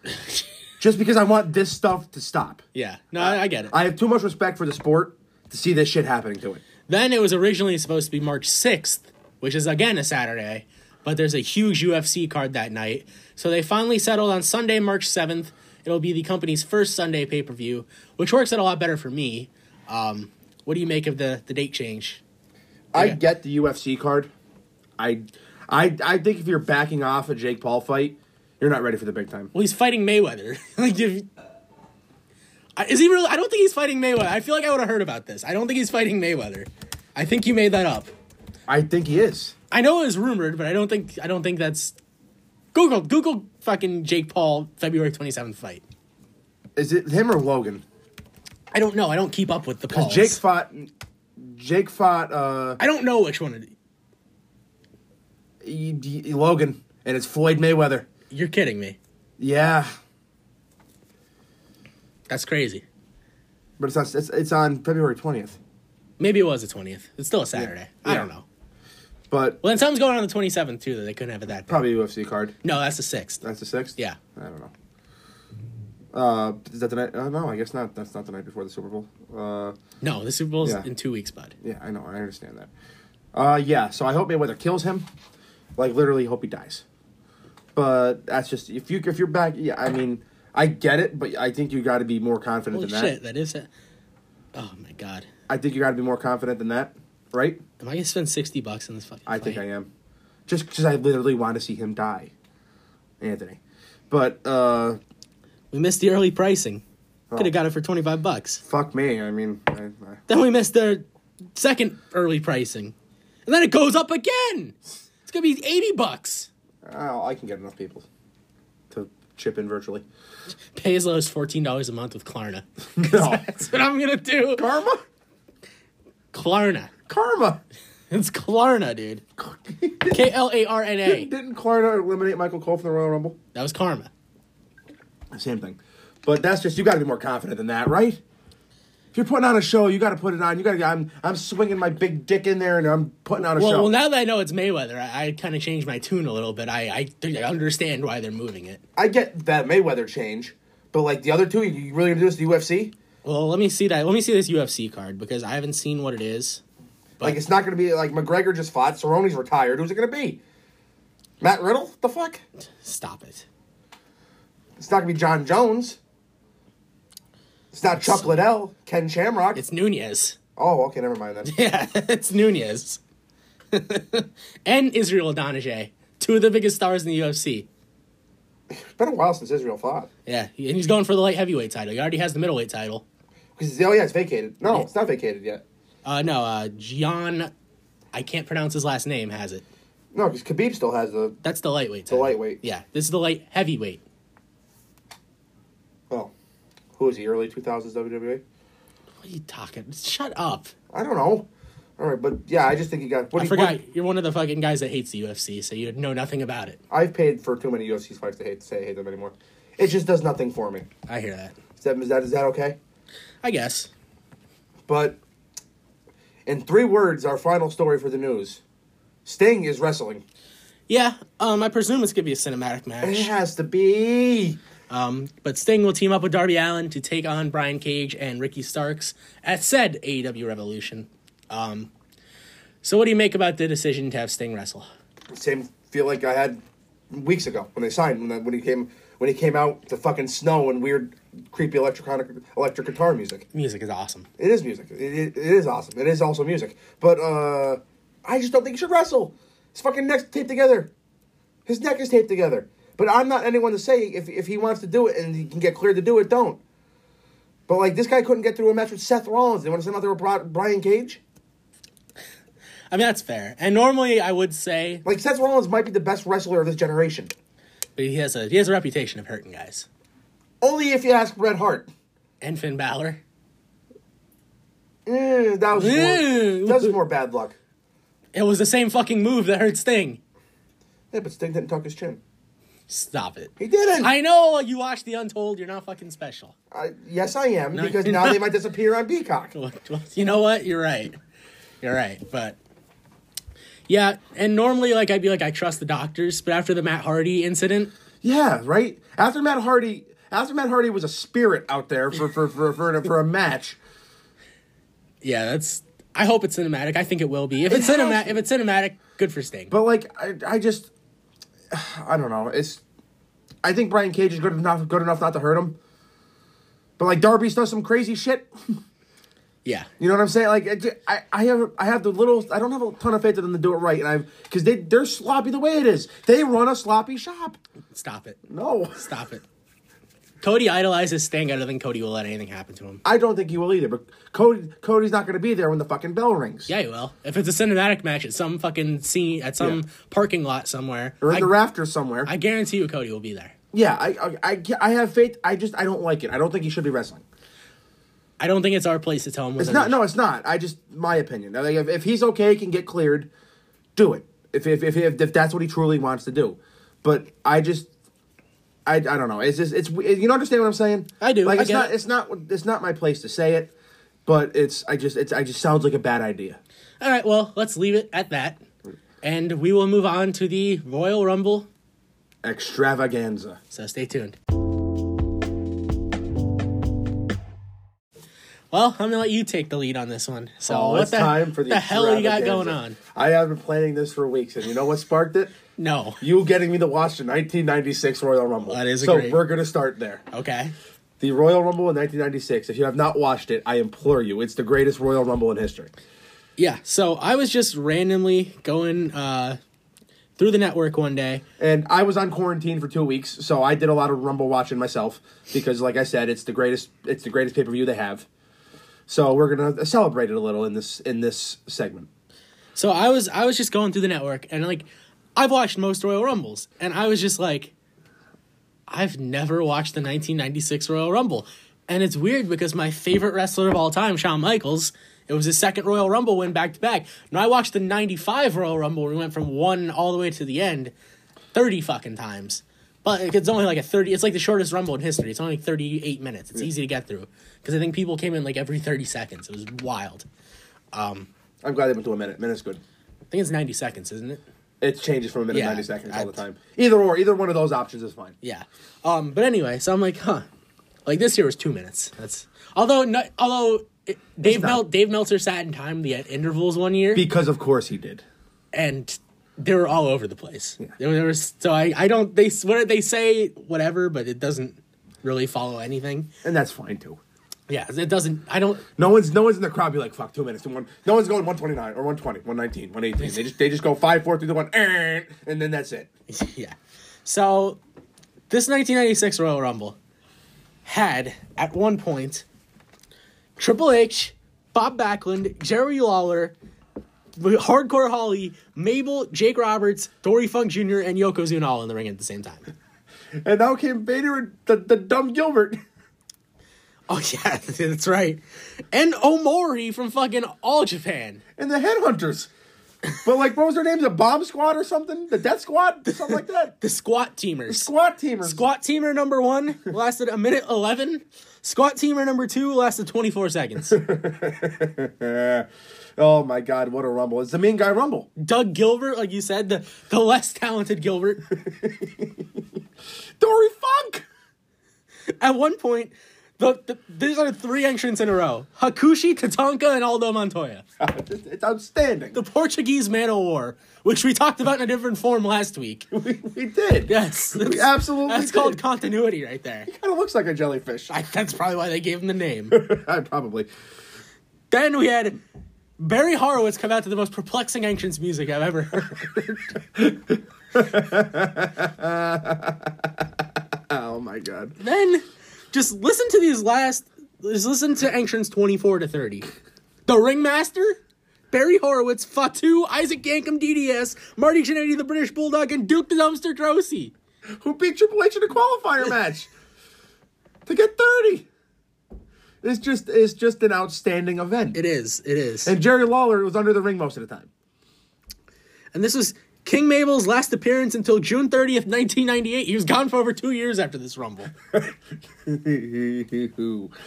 D: Just because I want this stuff to stop.
B: Yeah, no, I, I get it.
D: I have too much respect for the sport to see this shit happening to it.
B: Then it was originally supposed to be March 6th, which is again a Saturday, but there's a huge UFC card that night. So they finally settled on Sunday, March 7th. It'll be the company's first Sunday pay per view, which works out a lot better for me. Um, what do you make of the, the date change?
D: I
B: Yeah.
D: get the UFC card. I, I, I think if you're backing off a Jake Paul fight, you're not ready for the big time.
B: Well, he's fighting Mayweather. like, if, I- is he really? I don't think he's fighting Mayweather. I feel like I would have heard about this. I don't think he's fighting Mayweather. I think you made that up.
D: I think he is.
B: I know it was rumored, but I don't think I don't think that's Google Google fucking Jake Paul February twenty seventh fight.
D: Is it him or Logan?
B: I don't know. I don't keep up with the Pauls.
D: Jake fought. Jake fought uh,
B: I don't know which one. It,
D: E- D- E- Logan, and it's Floyd Mayweather.
B: you're kidding me.
D: Yeah,
B: That's crazy.
D: but it's on, it's, it's on February twentieth.
B: Maybe it was the twentieth. It's still a Saturday. I
D: Yeah.
B: don't know.
D: But
B: Well, then something's going on the twenty seventh too that they couldn't have it that. Day.
D: probably UFC card.
B: No, that's the sixth.
D: That's the sixth.
B: Yeah.
D: I don't know. Uh, is that the night? Uh, no, I guess not. That's not the night before the Super Bowl. Uh,
B: No, the Super Bowl's
D: Yeah.
B: in two weeks, bud.
D: yeah, I know. I understand that. Uh, yeah. So I hope Mayweather kills him. Like literally, hope he dies. But that's just if you if you're back. Yeah, I mean, I get it, but I think you got to be more confident
B: Holy
D: than
B: shit,
D: that.
B: that is it. Oh my god,
D: I think you got to be more confident than that, right?
B: am I gonna spend sixty bucks on this fucking?
D: I think I am. Just because I literally want to see him die, Anthony. But uh,
B: We missed the early pricing.
D: Oh.
B: Could have got it for twenty five bucks.
D: fuck me. I mean, I, I,
B: Then we missed their second early pricing. And then it goes up again. It's gonna be eighty bucks.
D: Oh, I can get enough people to chip in virtually.
B: Pay as low as fourteen dollars a month with Klarna.
D: No.
B: That's what I'm gonna do.
D: Karma?
B: Klarna.
D: Karma!
B: It's Klarna, dude. K L A R N A.
D: Didn't Klarna eliminate Michael Cole from the Royal Rumble?
B: That was karma.
D: Same thing. But that's just, you gotta be more confident than that, right? If you're putting on a show, you gotta put it on. You gotta, I'm, I'm swinging my big dick in there and I'm putting on a show.
B: Well, well, now that I know it's Mayweather, I, I kind of changed my tune a little bit. I, I think I understand why they're moving it.
D: I get that Mayweather change, but like the other two, you- you really gonna do this to the UFC?
B: Well, let me see that. Let me see this UFC card because I haven't seen what it is.
D: Like, it's not gonna be, like, McGregor just fought, Cerrone's retired. Who's it gonna be? Matt Riddle? The fuck?
B: Stop it.
D: It's not gonna be John Jones. It's not Chuck Liddell, Ken Shamrock.
B: It's Nunez.
D: Oh, okay, never mind then.
B: Yeah, it's Nunez. and Israel Adonijay. Two of the biggest stars in the UFC.
D: It's been a while since Israel fought.
B: Yeah, and he's going for the light heavyweight title. He already has the middleweight title.
D: Because oh yeah, it's vacated. No, it's not vacated yet.
B: Uh, no, uh, Gian, I can't pronounce his last name, has it?
D: No, because Khabib still has the
B: That's the lightweight title.
D: lightweight.
B: Yeah, this is the light heavyweight.
D: well, who is he? Early two thousands WWE.
B: What are you talking? Shut up.
D: I don't know. All right, but yeah, I just think he got. What
B: I
D: he-
B: forgot
D: what-
B: you're one of the fucking guys that hates the UFC, so you know nothing about it.
D: I've paid for too many UFC fights to hate say I hate them anymore. It just does nothing for me.
B: I hear that.
D: Is that is that, is that okay?
B: I guess.
D: But in three words, our final story for the news: Sting is wrestling.
B: Yeah, um, I presume it's gonna be a cinematic
D: It
B: match.
D: has to be.
B: Um, but Sting will team up with Darby Allen to take on Brian Cage and Ricky Starks at said AEW Revolution. Um, so what do you make about the decision to have Sting wrestle?
D: same feel like I had weeks ago when they signed when, when he came when he came out to fucking snow and weird creepy electronic electric guitar music.
B: Music is awesome.
D: It is music. It, it, it is awesome. It is also music. But uh, I just don't think he should wrestle. His fucking neck's taped together. His neck is taped together. But I'm not anyone to say if if he wants to do it and he can get cleared to do it, don't. But like this guy couldn't get through a match with Seth Rollins. They want to send out there with Bri- Brian Cage.
B: I I mean, that's fair. And normally I would say,
D: Like Seth Rollins might be the best wrestler of this generation.
B: but he has a he has a reputation of hurting guys.
D: Only if you ask Bret Hart.
B: And Finn Balor.
D: Eh, that was more,
B: Ew.
D: that was more bad luck.
B: It was the same fucking move that hurt Sting.
D: Yeah, but Sting didn't tuck his chin.
B: Stop it.
D: He didn't.
B: I know you watched The Untold. You're not fucking special.
D: I- yes, I am because now they might disappear on Peacock.
B: you know what? You're right. You're right. But yeah, and normally like I'd be like I trust the doctors, but after the Matt Hardy incident,
D: Yeah, right. After Matt Hardy, after Matt Hardy was a spirit out there for for for for, for a match.
B: yeah, that's. I hope it's cinematic. I think it will be. If it's
D: has
B: cinematic,
D: to.
B: if it's cinematic, good for Sting.
D: But like, I, I just, I don't know. It's, I think Brian Cage is good enough, good enough not to hurt him. But like, Darby's does some crazy shit.
B: yeah,
D: You know what I'm saying? Like, I, ju- I, I have, I have the little. I don't have a ton of faith in them to do it right, and I've because they they're sloppy the way it is. They run a sloppy shop.
B: stop it.
D: No,
B: Stop it. Cody idolizes Sting. I don't think Cody will let anything happen to him.
D: I don't think he will either. But Cody, Cody's not going to be there when the fucking bell rings.
B: Yeah, he will. If it's a cinematic match at some fucking scene at some
D: Yeah.
B: parking lot somewhere,
D: Or in
B: I,
D: the rafters somewhere.
B: I guarantee you, Cody will be there.
D: yeah, I, I, I, I have faith. I just, I don't like it. I don't think he should be wrestling.
B: I don't think it's our place to tell him.
D: It's not. No, it's not. I just my opinion. Now, like, if, if he's okay, can get cleared, do it. If if, if if if that's what he truly wants to do, but I just. I, I don't know. It's just it's you don't understand what I'm saying.
B: I do.
D: Like
B: I
D: it's
B: get
D: not
B: it.
D: it's not it's not my place to say it, but it's I just it's I just sounds like a bad idea.
B: All right, well, let's leave it at that, and we will move on to the Royal Rumble.
D: Extravaganza.
B: So stay tuned. Well, I'm gonna let you take the lead on this one. So
D: Oh,
B: what
D: it's
B: the,
D: time for the,
B: the hell you got going on?
D: extravaganza. I have been planning this for weeks, and you know what sparked it?
B: No.
D: You getting me to watch the 1996 Royal Rumble.
B: That is a
D: so.
B: great-
D: We're gonna start there.
B: Okay.
D: The Royal Rumble in 1996. If you have not watched it, I implore you. It's the greatest Royal Rumble in history.
B: Yeah. So I was just randomly going uh, through the network one day.
D: And I was on quarantine for two weeks, so I did a lot of Rumble watching myself because, like I said, it's the greatest. It's the greatest pay per view they have. So we're gonna celebrate it a little in this in this segment.
B: So I was I was just going through the network and like I've watched most Royal Rumbles and I was just like I've never watched the 1996 Royal Rumble. And it's weird because my favorite wrestler of all time, Shawn Michaels, it was his second Royal Rumble win back to back. Now I watched the 95 Royal Rumble where we went from one all the way to the end 30 fucking times. But it's only like a 30, it's like the shortest Rumble in history. It's only 38 minutes. It's easy to get through because I think people came in like every 30 seconds. It was wild.
D: I'm glad they went to a minute. Minute's good.
B: I think it's 90 seconds, isn't it?
D: It changes from a minute
B: Yeah,
D: to ninety seconds all the
B: I-
D: time. Either or, either one of those options is fine.
B: Yeah. Um. But anyway, so I'm like, huh. Like this year was two minutes. That's although no, although it, Dave
D: not.
B: Mel, Dave Meltzer sat in time the intervals one year
D: Because of course he did.
B: and they were all over the place. There, there was so I I don't they what did they say whatever, but it doesn't really follow anything.
D: And that's fine too.
B: Yeah, it doesn't. I don't.
D: No one's no one's in the crowd be like fuck two minutes. One, no one's going one twenty nine or 120, 119, 118. They just they just go five four through the one eh, and then that's it.
B: Yeah. So this 1996 Royal Rumble had at one point Triple H, Bob Backlund, Jerry Lawler, Hardcore Holly, Mabel, Jake Roberts, Dory Funk Jr., and Yokozuna all in the ring at the same time.
D: And now came Vader and the, the dumb Gilbert.
B: Oh yeah, that's right. And Omori from fucking All Japan.
D: And the headhunters. But like what was their name? The bomb squad or something? The death squad? Something like that.
B: The squat teamers.
D: Squad teamers.
B: Squat teamer number one lasted a minute 11. Squat teamer number two lasted 24 seconds.
D: Oh my god, what a rumble. It's the mean guy rumble.
B: Doug Gilbert, like you said, the, the less talented Gilbert.
D: Dory Funk!
B: At one point, the, the, these are three entrants in a row Hakushi, Tatanka, and Aldo Montoya.
D: It's, it's outstanding.
B: The Portuguese man o' war, which we talked about in a different form last week.
D: we, we did.
B: Yes. That's,
D: absolutely
B: That's
D: did.
B: called continuity right there.
D: Kind of looks like a jellyfish.
B: I, that's probably why they gave him the name.
D: probably.
B: then we had Barry Horowitz come out to the most perplexing entrance music I've ever heard.
D: Oh my god.
B: then just listen to these last just listen to entrance 24 to 30 the ringmaster Barry Horowitz, Fatu, Isaac Yankum DDS, Marty Jannetty, the British Bulldog, and Duke the Dumpster Drosy.
D: Who beat Triple H in a qualifier match to get thirty? It's just it's just an outstanding event.
B: It is. It is.
D: and Jerry Lawler was under the ring most of the time.
B: And this was King Mabel's last appearance until June 30th, 1998. He was gone for over two years after this Rumble.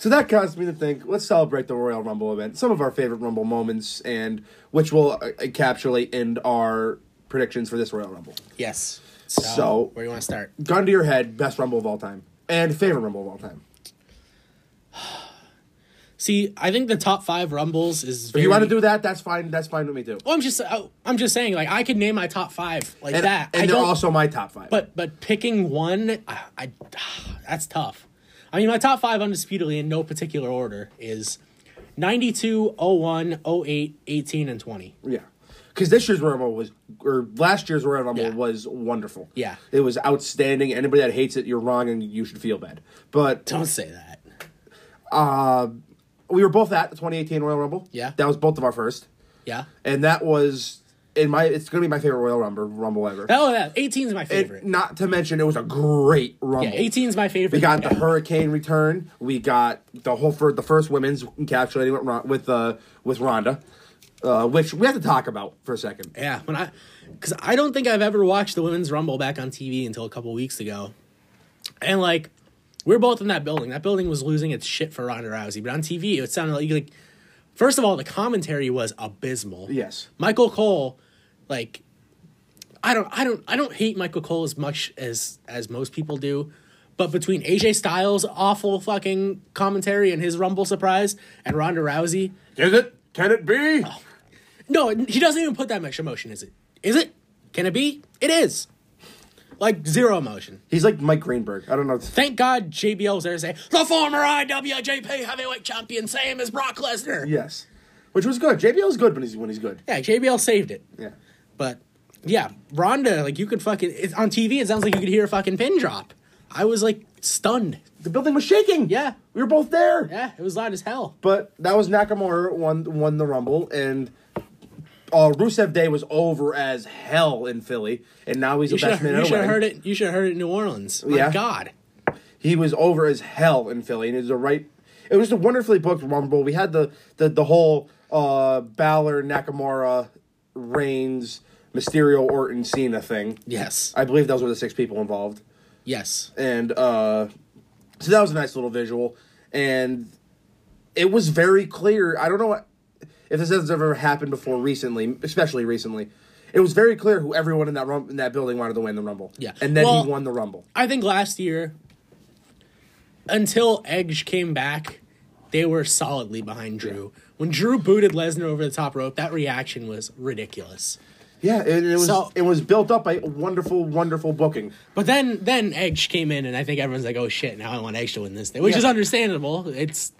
D: So that caused me to think, let's celebrate the Royal Rumble event, some of our favorite Rumble moments, and which will uh, encapsulate and our predictions for this Royal Rumble.
B: yes. So,
D: So-
B: where do you want to start?
D: Gun to your head, best Rumble of all time, and favorite Rumble of all time.
B: See, I think the top five Rumbles is.
D: If
B: Very,
D: you want to do that, that's fine. That's fine with me too.
B: Well, I'm just. I, I'm just saying. Like, I could name my top five like
D: And,
B: that.
D: and
B: I
D: they're
B: don't-
D: also my top five.
B: But but picking one, I, I that's tough. I mean, my top five undisputedly in no particular order is oh 92, 01, 08, 18, and 20.
D: yeah, because this year's Royal Rumble was, or last year's Royal Rumble
B: Yeah.
D: was wonderful.
B: Yeah.
D: it was outstanding. Anybody that hates it, you're wrong, and you should feel bad. But
B: Don't say that.
D: we were both at the 2018 Royal Rumble.
B: Yeah.
D: that was both of our first.
B: Yeah.
D: and that was in my. It's gonna be my favorite Royal Rumble Rumble ever.
B: Oh yeah, 18 is my favorite.
D: And not to mention, it was a great Rumble.
B: yeah, 18 is my favorite.
D: we got the Hurricane return. We got the whole for the first women's encapsulating with Ron- with uh, with Ronda, uh, which we have to talk about for a second.
B: Yeah, when I, because I don't think I've ever watched the women's rumble back on TV until a couple weeks ago, and like we are both in that building. That building was losing its shit for Ronda Rousey, but on TV it sounded like like first of all the commentary was abysmal.
D: Yes.
B: Michael Cole, like I don't I don't I don't hate Michael Cole as much as as most people do. But between AJ Styles' awful fucking commentary and his Rumble surprise, and Ronda Rousey,
D: Is it? Can it
B: Oh,
D: be?
B: no, he doesn't even put that much emotion, is it? Is it? Can it be? It is. Like zero emotion.
D: He's like Mike Greenberg. I don't know.
B: Thank God JBL's there to say, the former IWJP heavyweight champion, same as Brock Lesnar. Yeah.
D: Yes, which was good. JBL's good when he's when he's good.
B: JBL saved it.
D: Yeah.
B: But yeah, Ronda, like you could fucking, it, on TV, it sounds like you could hear a fucking pin drop. I was like stunned.
D: The building was shaking.
B: Yeah.
D: we were both there.
B: Yeah, it was loud as hell.
D: But that was Nakamura won won the Rumble, and uh, Rusev Day was over as hell in Philly, and now he's
B: You
D: the
B: should
D: best
B: have
D: man in the
B: heard
D: ring.
B: it. You should have heard it in New Orleans. My
D: Yeah.
B: God.
D: He was over as hell in Philly, and it was the right. It was a wonderfully booked Rumble. We had the the the whole uh, Balor Nakamura Reigns Mysterio Orton Cena thing.
B: Yes.
D: I believe those were the six people involved.
B: yes.
D: and uh, so that was a nice little visual, and it was very clear. I don't know what, if this has ever happened before recently, especially recently. It was very clear who everyone in that rum- in that building wanted to win the rumble.
B: Yeah.
D: and then
B: Well-
D: he won the rumble.
B: I think last year, until Edge came back, they were solidly behind Drew. When Drew booted Lesnar over the top rope, that reaction was ridiculous.
D: Yeah, and it was
B: So-
D: it was built up by wonderful, wonderful booking.
B: But then, then Edge came in, and I think everyone's like, "Oh shit! Now I want Edge to win this thing," which is
D: Yeah.
B: understandable. It's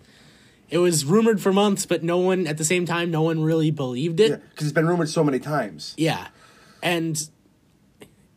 B: it was rumored for months, but no one at the same time, no one really believed it.
D: because it's been rumored so many times.
B: Yeah. And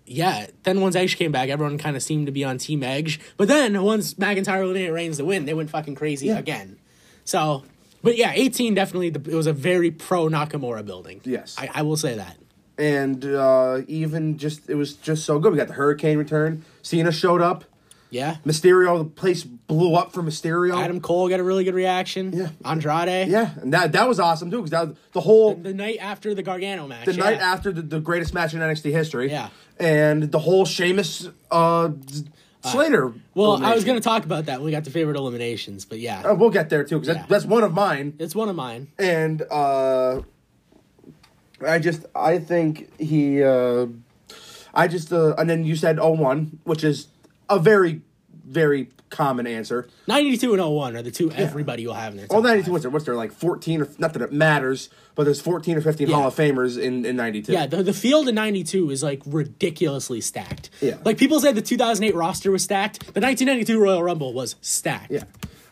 B: yeah, then once Edge came back, everyone kind of seemed to be on Team Edge. But then once McIntyre eliminated Reigns to win, they went fucking crazy
D: Yeah.
B: again. So, but yeah, 18 definitely, the, it was a very pro Nakamura building.
D: Yes.
B: I, I will say that.
D: And uh, even just it was just so good. We got the hurricane return. Cena showed up.
B: Yeah.
D: Mysterio, the place blew up for Mysterio.
B: Adam Cole got a really good reaction.
D: Yeah.
B: Andrade.
D: Yeah, and that that was awesome too because that was the whole
B: The night after the Gargano match.
D: the
B: yeah.
D: night after the, the greatest match in NXT history.
B: Yeah.
D: and the whole Sheamus uh, Slater.
B: Well, I
D: elimination.
B: was going to talk about that when we got to favorite eliminations, but yeah.
D: Uh, we'll get there too because
B: Yeah.
D: that, that's one of mine.
B: It's one of mine.
D: And uh, I just I think he uh, I just uh, and then you said 01, which is a very very common answer.
B: 92 and 01 are the two everybody will have in their
D: Well,
B: top
D: ninety two.
B: five.
D: What's there? What's there? Like fourteen or not that it matters, but there's fourteen or fifteen
B: Yeah.
D: Hall of Famers in in ninety two.
B: Yeah, the, the field in 92 is like ridiculously stacked.
D: Yeah.
B: Like people said the 2008 roster was stacked. The 1992 Royal Rumble was stacked.
D: Yeah,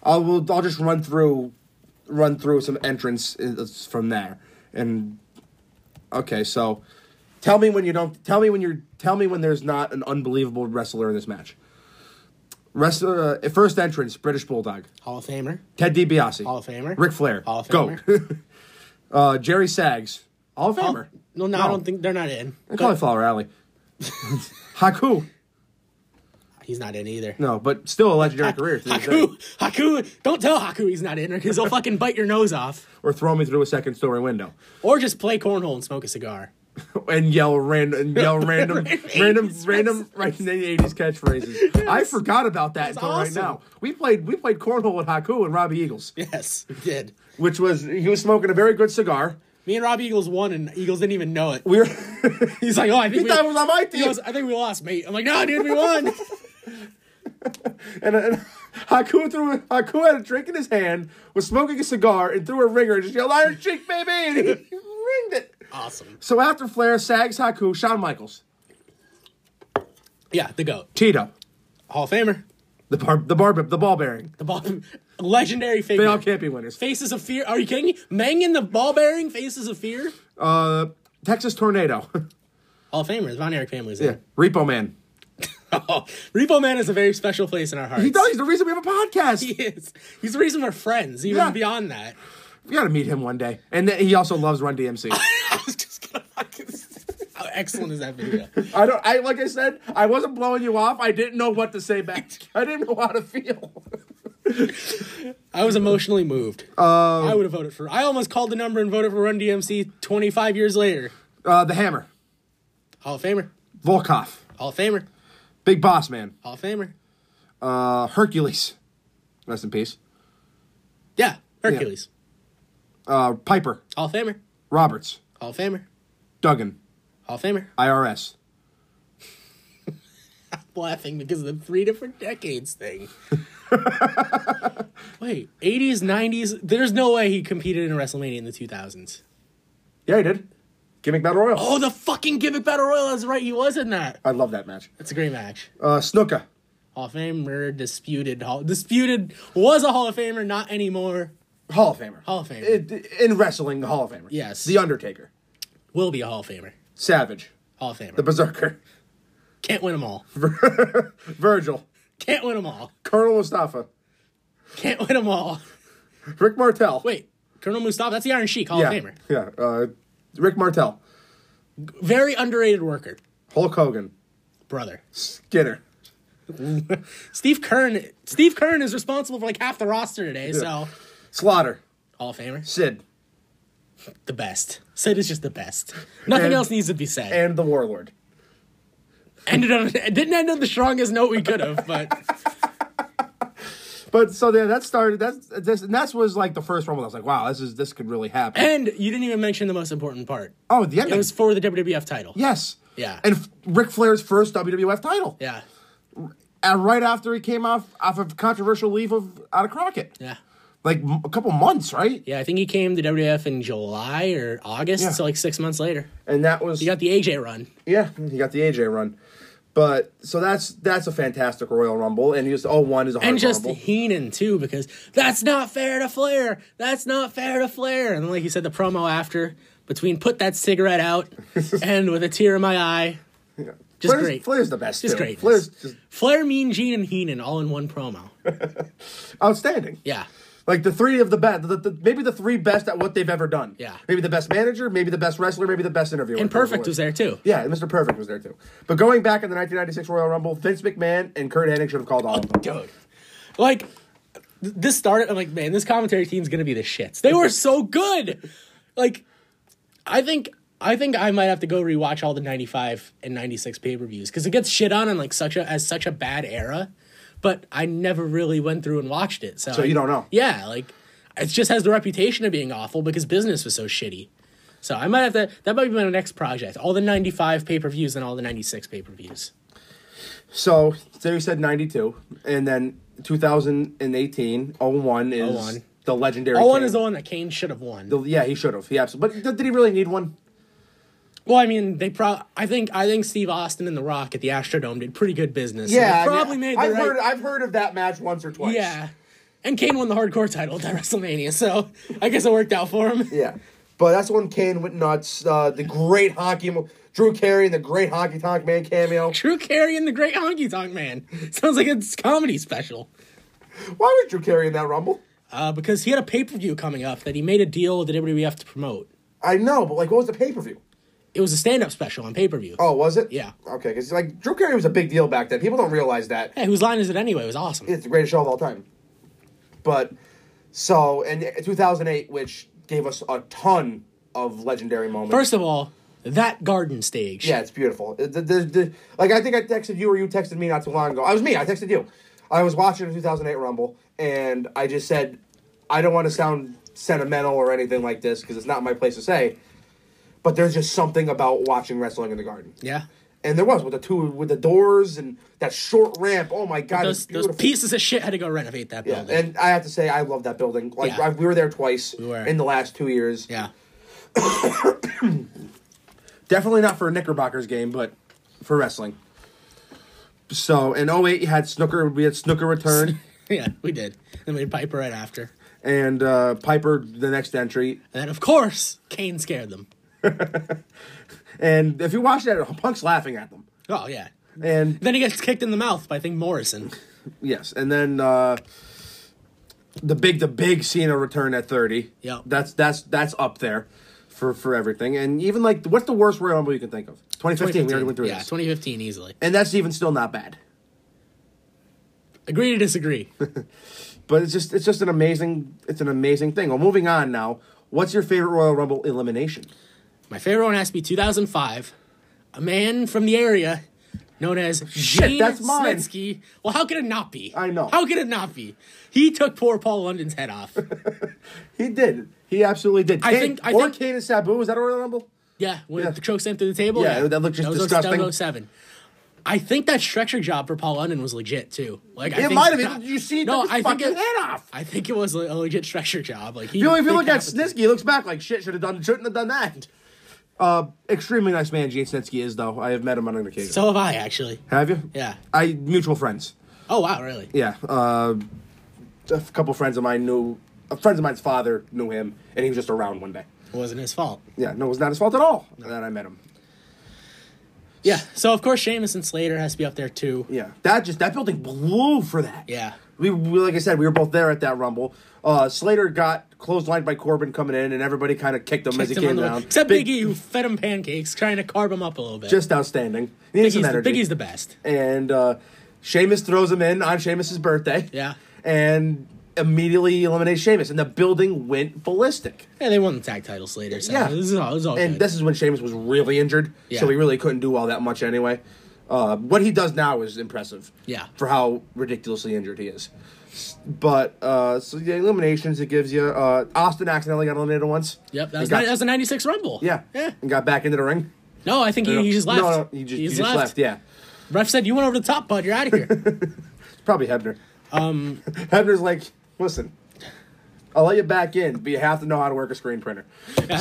D: I will. I'll just run through, run through some entrance is- from there. And okay, so tell me when you don't. Tell me when you're. Tell me when there's not an unbelievable wrestler in this match. Wrestler uh, first entrance British Bulldog
B: Hall of Famer.
D: Ted DiBiase
B: Hall of Famer.
D: Ric Flair
B: Hall of
D: go
B: Famer.
D: Uh, Jerry Sags, All of Famer.
B: No, no, I don't think they're not in.
D: And
B: But
D: Cauliflower Alley. Haku.
B: he's not in either.
D: No, but still a legendary career. to this day.
B: Haku, Haku, don't tell Haku he's not in there because he'll fucking bite your nose off,
D: Or throw me through a second story window.
B: or just play cornhole and smoke a cigar.
D: and yell random and yell random random
B: 80s
D: random right in the eighties catchphrases. I forgot about that until
B: awesome.
D: right now. We played we played cornhole with Haku and Robbie Eagles,
B: Yes, we did.
D: which was he was smoking a very good cigar.
B: Me and Rob Eagles won, and Eagles didn't even know it.
D: We were
B: He's like, "Oh, I think
D: he
B: we,
D: thought it was on my
B: he
D: team,
B: goes, I think we lost, mate." I'm like, "No, dude, we won."
D: and, and Haku threw Haku had a drink in his hand, was smoking a cigar, and threw a ringer and just yelled "Iron Cheek, baby!" and he ringed it.
B: awesome.
D: So after Flair, Sags, Haku, Shawn Michaels,
B: Yeah, the goat,
D: Tito,
B: Hall of Famer,
D: the bar, the bar, the ball bearing.
B: the ball, legendary
D: They
B: figure.
D: all can't be winners.
B: Faces of Fear. Are you kidding me? Meng in the ball bearing Faces of Fear.
D: Texas Tornado,
B: Hall of Famers. Von Erich family's
D: yeah,
B: there.
D: Repo Man.
B: Oh, Repo Man is a very special place in our hearts.
D: He does. He's the reason we have a podcast.
B: He is. He's the reason we're friends, even
D: Yeah.
B: beyond that.
D: We got to meet him one day. And then he also loves Run DMC.
B: I was just gonna fucking. How excellent is that video?
D: I don't. I like I said, I wasn't blowing you off. I didn't know what to say back. I didn't know how to feel.
B: I was emotionally moved.
D: Um,
B: I would have voted for. I almost called the number and voted for Run DMC 25 years later.
D: Uh, the Hammer,
B: Hall of Famer.
D: Volkoff,
B: Hall of Famer.
D: Big Boss Man,
B: Hall of Famer.
D: uh, Hercules, rest in peace.
B: Yeah, Hercules.
D: Uh, Piper,
B: Hall of Famer.
D: Roberts,
B: Hall of Famer.
D: Duggan,
B: Hall of Famer.
D: IRS,
B: laughing because of the three different decades thing. Wait, 80s, 90s? There's no way he competed in a WrestleMania in the 2000s.
D: Yeah, he did. Gimmick Battle Royal.
B: Oh, the fucking gimmick battle royal. That's right, he was in that.
D: I love that match.
B: That's a great match.
D: Uh, Snuka,
B: Hall of Famer, disputed. Hall, disputed was a Hall of Famer, not anymore.
D: Hall of Famer.
B: Hall of Famer.
D: It- in wrestling, Hall of Famer.
B: Yes.
D: The Undertaker,
B: Will be a Hall of Famer.
D: Savage,
B: Hall of Famer.
D: the Berserker,
B: Can't win them all.
D: Virgil,
B: Can't win them all.
D: Colonel Mustafa.
B: Can't win them all.
D: Rick Martel.
B: Wait, Colonel Mustafa, that's the Iron Sheik Hall
D: yeah,
B: of Famer.
D: yeah. Uh, Rick Martel,
B: Very underrated worker.
D: Hulk Hogan,
B: Brother.
D: Skinner.
B: Steve Kern. Steve Kern is responsible for like half the roster today. So
D: Slaughter,
B: Hall of Famer,
D: Sid,
B: the best. Sid is just the best. Nothing
D: And-
B: else needs to be said.
D: and the Warlord.
B: Ended on it didn't end on the strongest note we could have, but
D: But so yeah, that started. That's this, and that was like the first one. where I was like, wow, this is this could really happen.
B: and you didn't even mention the most important part.
D: oh, the ending.
B: It was for the WWF title.
D: yes.
B: Yeah.
D: And F- Ric Flair's first WWF title.
B: yeah,
D: And right after he came off off of controversial leave of out of Crockett.
B: yeah.
D: Like m- a couple months, right?
B: Yeah, I think he came to WWF in July or August,
D: Yeah.
B: so like six months later.
D: And that was
B: You got the AJ run.
D: Yeah, he got the AJ run. But so that's that's a fantastic Royal Rumble, and he just all one is a hard
B: And just
D: Rumble.
B: Heenan too, because that's not fair to Flair. That's not fair to Flair. And like you said, the promo after between put that cigarette out and with a tear in my eye, just
D: Flair's,
B: great.
D: Flair's the best.
B: just
D: too.
B: great.
D: Flair's just
B: Flair, Mean Gene, and Heenan all in one promo.
D: outstanding.
B: Yeah,
D: Like the three of the best, the, the, maybe the three best at what they've ever done.
B: Yeah.
D: Maybe the best manager, maybe the best wrestler, maybe the best interviewer.
B: and Perfect was there too.
D: Yeah, and Mr. Perfect was there too. But going back in the 1996 Royal Rumble, Vince McMahon and Kurt Hennig should have called all of them.
B: Dude, like th- this started. I'm like, man, this commentary team's gonna be the shits. They were so good. Like, I think. I think I might have to go rewatch all the '95 and '96 pay per views because it gets shit on in like such a as such a bad era, but I never really went through and watched it. So,
D: So you don't know.
B: Yeah, like it just has the reputation of being awful because business was so shitty. So I might have to. That might be my next project: all the '95 pay per views and all the '96 pay per views.
D: So, so you said 92, and then 2018, 01 is
B: 01.
D: the legendary.
B: Oh, one
D: Kane.
B: is the one that Kane should have won.
D: Yeah, he should have. He absolutely. But did he really need one?
B: Well, I mean, they pro. I think I think Steve Austin and The Rock at the Astrodome did pretty good business. So they
D: I mean,
B: probably made the
D: I've
B: right.
D: heard. I've heard of that match once or twice.
B: yeah, and Kane won the hardcore title at WrestleMania, so I guess it worked out for him.
D: Yeah. But that's when Kane went nuts. Uh, the great hockey, mo- Drew Carey and the great hockey tonk man cameo.
B: Drew Carey and the Great Honky Tonk Man sounds like a comedy special.
D: Why was Drew Carey in that rumble?
B: uh, because he had a pay per view coming up that he made a deal with the WWF to promote.
D: I know, but like, what was the pay per view?
B: It was a stand up special on pay per view.
D: Oh, was it?
B: Yeah.
D: Okay, because like Drew Carey was a big deal back then. People don't realize that
B: Hey, whose line is it anyway? It was awesome.
D: it's the greatest show of all time. But so and uh, 2008, which gave us a ton of legendary moments.
B: First of all, that garden stage.
D: Yeah, it's beautiful. The- the- the- like I think I texted you or you texted me not too long ago. I was me. I texted you. I was watching the 2008 Rumble, and I just said, I don't want to sound sentimental or anything like this because it's not my place to say. But there's just something about watching wrestling in the garden,
B: Yeah.
D: and there was with the two with the doors and that short ramp. Oh my god, it's
B: Those, those
D: beautiful.
B: pieces of shit had to go renovate that
D: Yeah,
B: building. Yeah.
D: and I have to say I love that building. Like
B: Yeah.
D: I, we were there twice
B: were.
D: in the last two years. Definitely not for a Knickerbockers game, but for wrestling. So in 08, you had Snooker. We had Snooker return
B: Yeah, we did. Then we had Piper right after.
D: and uh, Piper the next entry.
B: And then, of course, Kane scared them.
D: And if you watch that, Punk's laughing at them.
B: Oh, yeah.
D: And
B: Then he gets kicked in the mouth by, I think, Morrison.
D: yes, and then uh, the big the big Cena return at 30.
B: Yeah.
D: that's that's that's up there for for everything. And even like what's the worst Royal Rumble you can think of? 2015. We already went through
B: Yeah,
D: this.
B: 2015 easily.
D: and that's even still not bad.
B: Agree to disagree.
D: But it's just it's just an amazing it's an amazing thing. Well, moving on now. What's your favorite Royal Rumble elimination?
B: My favorite one has to be 2005. A man from the area known as Gene
D: that's mine.
B: Snitsky. Well, how could it not be?
D: I know.
B: How could it not be? He took poor Paul London's head off.
D: He did. He absolutely did.
B: I
D: Kane-
B: think- I
D: or
B: think-
D: Kane and Sabu was that a Royal Rumble?
B: Yeah, with
D: Yeah.
B: the choke slam through the table.
D: Yeah, that looked just
B: was
D: disgusting.
B: 2007. I think that stretcher job for Paul London was legit too. Like I
D: It
B: think
D: might have
B: the
D: been.
B: co-
D: You see, no, I fucking think head off.
B: I think it was a a legit stretcher job. Like he,
D: You know, if you look at
B: that was-
D: Snitsky, he looks back like shit. Should have done. Shouldn't have done that. Uh, extremely nice man, Gene Snitsky is though. I have met him on an occasion.
B: so have I actually.
D: have you?
B: Yeah.
D: I mutual friends.
B: Oh wow, really?
D: Yeah. Uh, a f- couple friends of mine knew. A friend of mine's father knew him, and he was just around one day.
B: It wasn't his fault.
D: Yeah. No, it was not his fault at all that I met him.
B: Yeah. So of course Sheamus and Slater has to be up there too.
D: Yeah, that just that building blew for that.
B: Yeah.
D: we, we like I said, we were both there at that rumble. Uh, Slater got clotheslined by Corbin coming in, and everybody kind of kicked him as he
B: Kicked him
D: came
B: on the-
D: down.
B: Except Big, E, who fed him pancakes, trying to carb him up a little bit.
D: just outstanding. He needs
B: Biggie's
D: some
B: the,
D: energy.
B: Biggie's the best.
D: and uh, Sheamus throws him in on Sheamus's birthday.
B: Yeah.
D: and immediately eliminates Sheamus, and the building went ballistic.
B: Yeah, they won the tag titles later. So
D: Yeah.
B: this is all. This is all
D: and
B: good.
D: this is when Sheamus was really injured,
B: Yeah.
D: so he really couldn't do all that much anyway. Uh, what he does now is impressive.
B: Yeah.
D: For how ridiculously injured he is. S- But uh, so the eliminations it gives you. Uh, Austin accidentally got eliminated once.
B: Yep, that
D: And
B: was,
D: got,
B: ni- that was a '96 Rumble.
D: yeah.
B: yeah.
D: And got back into the ring.
B: No, I think he, he just
D: No,
B: left.
D: No, he just, he just left. Yeah.
B: Ref said, "You went over the top, bud. You're out of here."
D: It's probably Hebner. Um, Hebner's like, listen, I'll let you back in, but you have to know how to work a screen printer.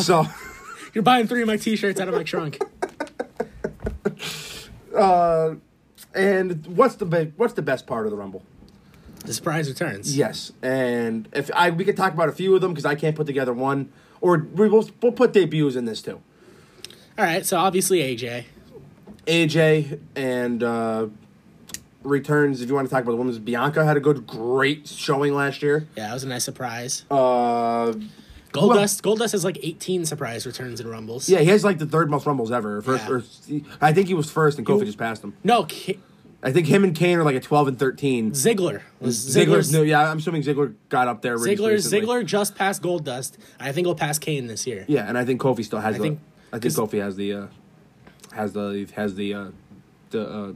D: So.
B: You're buying three of my T-shirts out of my trunk.
D: And what's the be- what's the best part of the Rumble?
B: The surprise returns.
D: Yes, and if I we could talk about a few of them because I can't put together one, or we will we'll put debuts in this too.
B: All right. So obviously AJ.
D: AJ and uh, returns. If you want to talk about the women's, Bianca had a good, great showing last year.
B: Yeah, that was a nice surprise.
D: Uh,
B: Goldust. Goldust has like 18 surprise returns and rumbles.
D: yeah, he has like the third most Rumbles ever. or First,
B: Yeah.
D: or, I think he was first, and Kofi just passed him.
B: No, K-
D: I think him and Kane are like a twelve and thirteen.
B: Ziggler was
D: Ziggler's
B: Ziggler's
D: new. Yeah, I'm assuming Ziggler got up there. re-
B: Ziggler.
D: recently.
B: Ziggler just passed Goldust. I think he'll pass Kane this year.
D: Yeah, and I think Kofi still has the.
B: think-
D: I think Kofi has the, uh, has the has the uh, the uh,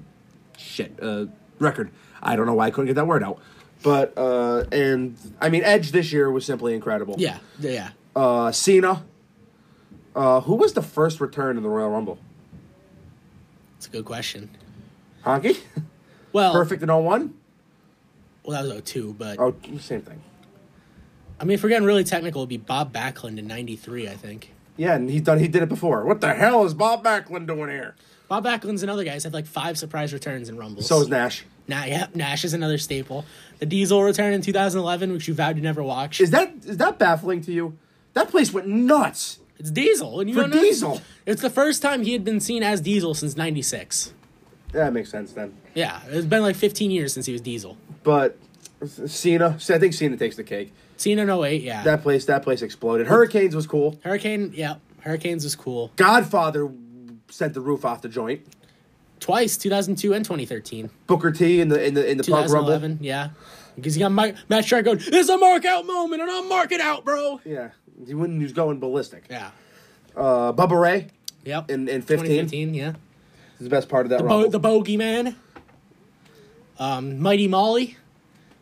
D: shit uh, record. I don't know why I couldn't get that word out, but uh, and I mean Edge this year was simply incredible.
B: Yeah. Yeah.
D: uh, Cena. Uh, who was the first return in the Royal Rumble?
B: It's a good question.
D: Honky,
B: Well,
D: perfect in 01?
B: Well, that was 02, but
D: Oh, same thing.
B: I mean, if we're getting really technical, it'd be Bob Backlund in '93. I think.
D: Yeah, and he done he did it before. What the hell is Bob Backlund doing here?
B: Bob Backlund's another guy. He's had like five surprise returns and rumbles.
D: So is Nash.
B: Nah, yeah, Nash is another staple. The Diesel return in 2011, which you vowed you never watch.
D: Is that is that baffling to you? That place went nuts.
B: it's Diesel, and you
D: For
B: don't know-
D: Diesel.
B: It's the first time he had been seen as Diesel since '96.
D: That makes sense then.
B: Yeah, it's been like 15 years since he was Diesel.
D: But Cena. I think Cena takes the cake.
B: Cena in 08, yeah.
D: That place, that place exploded. Hurricanes was cool.
B: Hurricane, yeah. Hurricanes was cool.
D: Godfather sent the roof off the joint.
B: Twice, 2002 and 2013.
D: Booker T in the in the in the pub rumble.
B: 2011, yeah. Because you got Mike, Matt Shark going, it's a mark out moment and I'll mark it out, bro.
D: Yeah, he when he was going ballistic.
B: Yeah.
D: Uh, Bubba Ray
B: Yep.
D: In- in 15?
B: 2015, yeah.
D: is the best part of that rumble.
B: Bo- the Bogeyman. Um, Mighty Molly,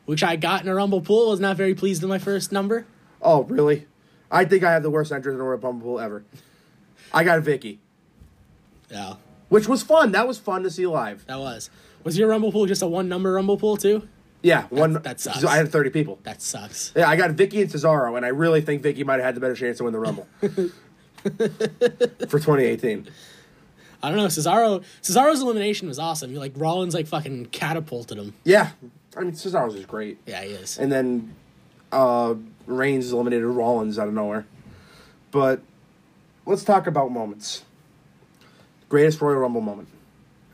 B: which I got in a Rumble pool. was not very pleased with my first number.
D: oh really? I think I have the worst entrance in a rumble ever. I got Vicky,
B: Yeah,
D: which was fun. That was fun to see live.
B: that was. Was your Rumble pool just a one number Rumble pool, too?
D: Yeah, one.
B: that sucks.
D: I had thirty people.
B: That sucks.
D: Yeah, I got Vicky and Cesaro, and I really think Vicky might have had the better chance to win the Rumble for 2018.
B: I don't know. Cesaro Cesaro's elimination was awesome. You like Rollins like fucking catapulted him.
D: Yeah, I mean Cesaro's is great,
B: Yeah, he is.
D: and then uh, Reigns eliminated Rollins out of nowhere. But let's talk about moments. Greatest Royal Rumble moment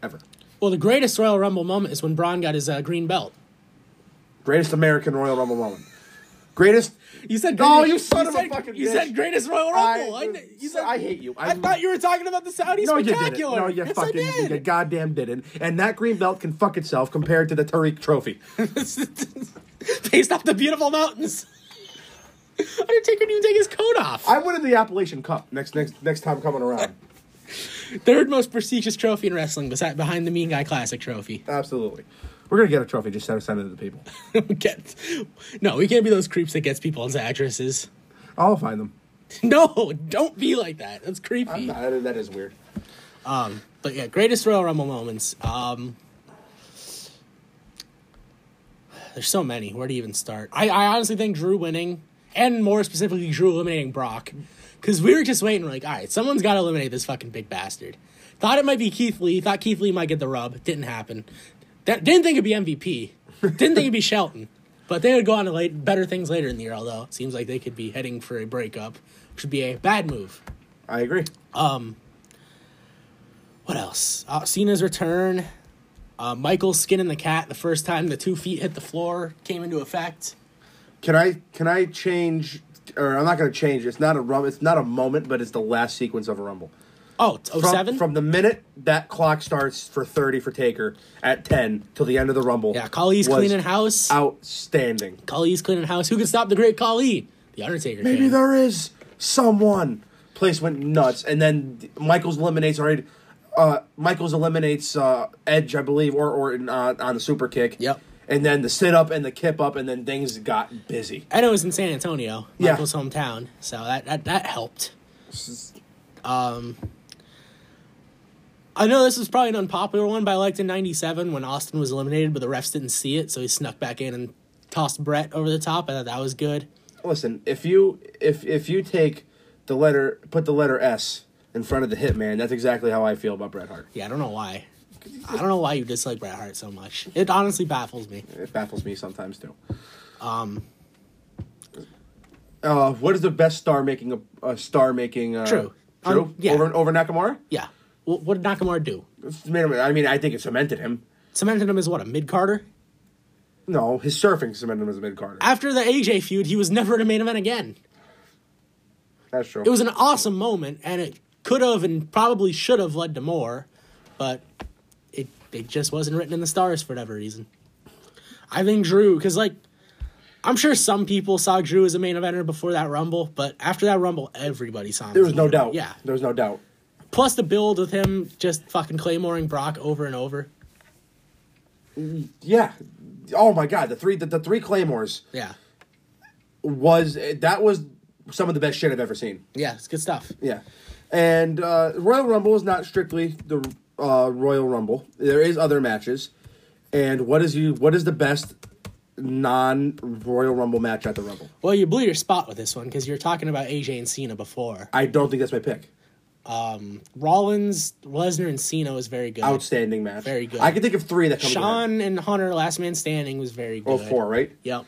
D: ever.
B: well, the greatest Royal Rumble moment is when Braun got his uh, green belt.
D: Greatest American Royal Rumble moment. Greatest.
B: You said
D: Oh,
B: greatest-
D: you son of a
B: said-
D: fucking
B: You
D: bitch.
B: said greatest Royal Rumble. I,
D: I-
B: kn- you said,
D: I hate you.
B: I,
D: I'm-
B: thought you were talking about the Saudi
D: No, you didn't.
B: spectacular.
D: No, you
B: yes,
D: fucking
B: I did.
D: you goddamn didn't. And that green belt can fuck itself compared to the Tariq Trophy.
B: Based off the beautiful mountains. Undertaker didn't even take his coat off.
D: I wanted the Appalachian Cup next next next time coming around.
B: Third most prestigious trophy in wrestling, beside behind the Mean Guy Classic trophy.
D: Absolutely. We're gonna get a trophy. Just send send it to the people.
B: Get- no, we can't be those creeps that gets people into addresses.
D: I'll find them.
B: No, don't be like that. That's creepy.
D: That- that is weird.
B: But yeah, greatest Royal Rumble moments. Um, there's so many. Where do you even start? I, I honestly think Drew winning, and more specifically, Drew eliminating Brock, because we were just waiting. We're like, all right, someone's got to eliminate this fucking big bastard. Thought it might be Keith Lee. Thought Keith Lee might get the rub. Didn't happen. That, didn't think it'd be MVP. Didn't think it'd be Shelton. But they would go on to late, better things later in the year. Although it seems like they could be heading for a breakup, which would be a bad move.
D: I agree.
B: what else? Uh, Cena's return, uh, Michael's skin in the cat. The first time the two feet hit the floor came into effect.
D: Can I can I change? Or I'm not gonna change. It's not a rum. It's not a moment, but it's the last sequence of a rumble.
B: Oh, t-
D: From,
B: 07?
D: from the minute that clock starts for 30 for Taker at 10 till the end of the rumble.
B: yeah, Kali's
D: was
B: cleaning house.
D: Outstanding.
B: Kali's cleaning house. Who can stop the great Kali? The Undertaker.
D: Maybe
B: can.
D: there is someone. Place went nuts, and then Michaels eliminates already. Uh, Michaels eliminates uh, Edge, I believe, or or uh, on the super kick.
B: Yep.
D: And then the sit up and the kip up, and then things got busy.
B: I know it was in San Antonio,
D: Yeah.
B: Michael's hometown, so that that, that helped. Um, I know this was probably an unpopular one, but I liked in '97 when Austin was eliminated, but the refs didn't see it, so he snuck back in and tossed Brett over the top. I thought that was good.
D: Listen, if you if if you take the letter, put the letter S in front of the Hitman, that's exactly how I feel about Bret Hart.
B: Yeah, I don't know why. I don't know why you dislike Bret Hart so much. It honestly baffles me.
D: It baffles me sometimes too. Um. Uh, what is the best star making a, a star making? Uh,
B: True.
D: True.
B: Um, yeah.
D: Over over Nakamura.
B: Yeah. Wh- what did Nakamura do?
D: I mean, I think it cemented him.
B: Cemented him as what, a mid Carter?
D: No, his surfing cemented him as a mid Carter.
B: After the AJ feud, he was never in a main event again.
D: That's true.
B: It was an awesome moment, and it could have and probably should have led to more, but it, it just wasn't written in the stars for whatever reason. I think Drew, because, like, I'm sure some people saw Drew as a main eventer before that Rumble, but after that Rumble, everybody saw him.
D: there was no doubt.
B: Yeah.
D: There was no doubt.
B: Plus the build with him just fucking claymoring Brock over and over.
D: Yeah. Oh my God, the three the, the three claymores
B: Yeah.
D: was that was some of the best shit I've ever seen.
B: Yeah, it's good stuff.
D: Yeah. And uh, Royal Rumble is not strictly the uh, Royal Rumble. There is other matches. And what is you what is the best non Royal Rumble match at the Rumble?
B: Well, you blew your spot with this one because you were talking about AJ and Cena before.
D: I don't think that's my pick.
B: Rollins, Lesnar, and Cena was very good.
D: Outstanding match.
B: Very good.
D: I can think of three that come to mind.
B: Sean and Hunter, Last Man Standing, was very good.
D: Oh, four, right?
B: Yep.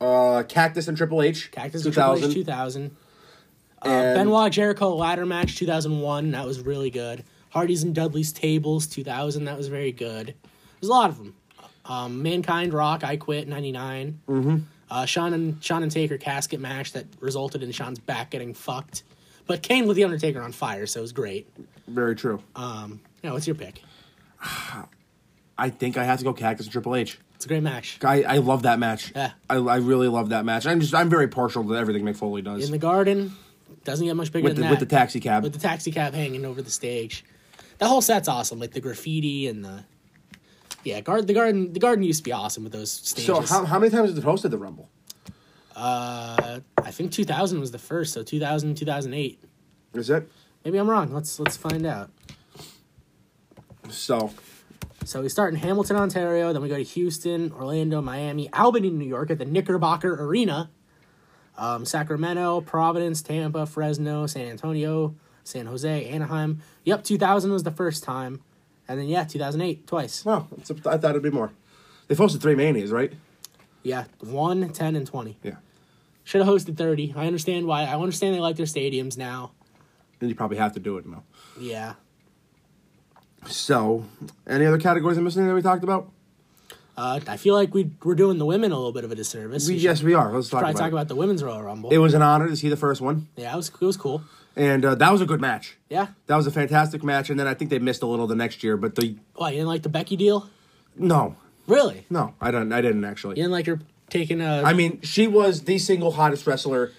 D: Uh, Cactus and Triple H.
B: Cactus and Triple H uh, 2000.
D: and-
B: Benoit Jericho ladder match 2001. That was really good. Hardy's and Dudley's tables 2000. That was very good. There's a lot of them. Um, Mankind Rock, I Quit, 99. Mm-hmm. Uh, Sean, and, Sean and Taker casket match that resulted in Sean's back getting fucked. But Kane with The Undertaker on fire, so it was great.
D: Very true.
B: Uh, Yeah, what's your pick?
D: I think I have to go Cactus and Triple H.
B: It's a great match.
D: I, I love that match.
B: Yeah.
D: I, I really love that match. I'm just I'm very partial to everything Mick Foley does
B: In the Garden, doesn't get much bigger
D: with
B: than
D: the,
B: that.
D: with the taxi cab.
B: with the taxi cab hanging over the stage. That whole set's awesome, like the graffiti and the yeah, guard the garden. The garden used to be awesome with those stages.
D: so how, how many times has it hosted the Rumble?
B: I think 2000 was the first, so 2000, 2008.
D: Is it?
B: Maybe I'm wrong. Let's let's find out.
D: So
B: So we start in Hamilton, Ontario, then we go to Houston, Orlando, Miami, Albany, New York at the Knickerbocker Arena, um, Sacramento, Providence, Tampa, Fresno, San Antonio, San Jose, Anaheim. Yep, 2000 was the first time, and then yeah, 2008 twice.
D: well, it's, I thought it'd be more. They have hosted three manias, right?
B: Yeah, 1, 10, and 20.
D: Yeah.
B: Should have hosted 30. I understand why. I understand they like their stadiums now.
D: Then you probably have to do it now.
B: Yeah.
D: So any other categories I'm missing that we talked about?
B: Uh, I feel like we, we're doing the women a little bit of a disservice.
D: We,
B: should
D: yes, we are. Let's talk
B: probably
D: about,
B: talk
D: it.
B: about the women's Royal Rumble.
D: It was an honor to see the first one,
B: yeah, it was, it was cool.
D: and uh, that was a good match.
B: Yeah.
D: That was a fantastic match, and then I think they missed a little the next year, but the
B: Why, you didn't like the Becky deal?
D: no,
B: Really?
D: no, I don't, I didn't actually.
B: You didn't like her taking a.
D: I mean, she was the single hottest wrestler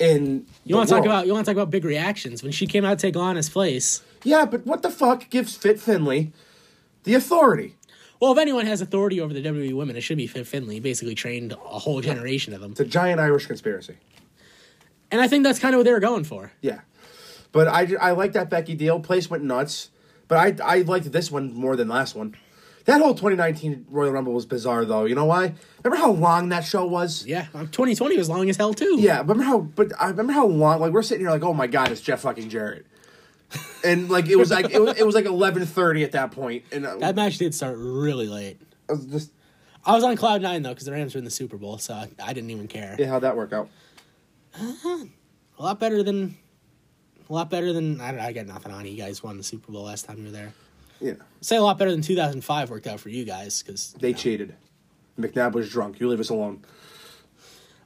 D: in.
B: you want to talk about you want to talk about big reactions when she came out to take Lana's place.
D: Yeah, but what the fuck gives Fit Finley the authority
B: Well, if anyone has authority over the WWE women, it should be Fit Finley. Basically, trained a whole generation of them,
D: to giant Irish conspiracy?
B: and I think that's kind of what they were going for.
D: Yeah, but I ju- I like that Becky deal. Place went nuts, but I I liked this one more than last one. That whole 2019 Royal Rumble was bizarre, though. You know why? Remember how long that show was?
B: Yeah, um, 2020 was long as hell too.
D: Yeah, remember how? But I remember how long. Like we're sitting here, like, oh my god, it's Jeff fucking Jarrett, and like it was like it was, it was like eleven thirty at that point, and I,
B: that match did start really late.
D: I was just
B: I was on cloud nine though because the Rams were in the Super Bowl, so I, I didn't even care.
D: yeah, how'd that work out?
B: A lot better than, a lot better than I don't. know, I got nothing on it. You guys won the Super Bowl last time you were there.
D: Yeah,
B: Say a lot better than 2005 worked out for you guys because
D: they cheated. McNabb was drunk. You leave us alone.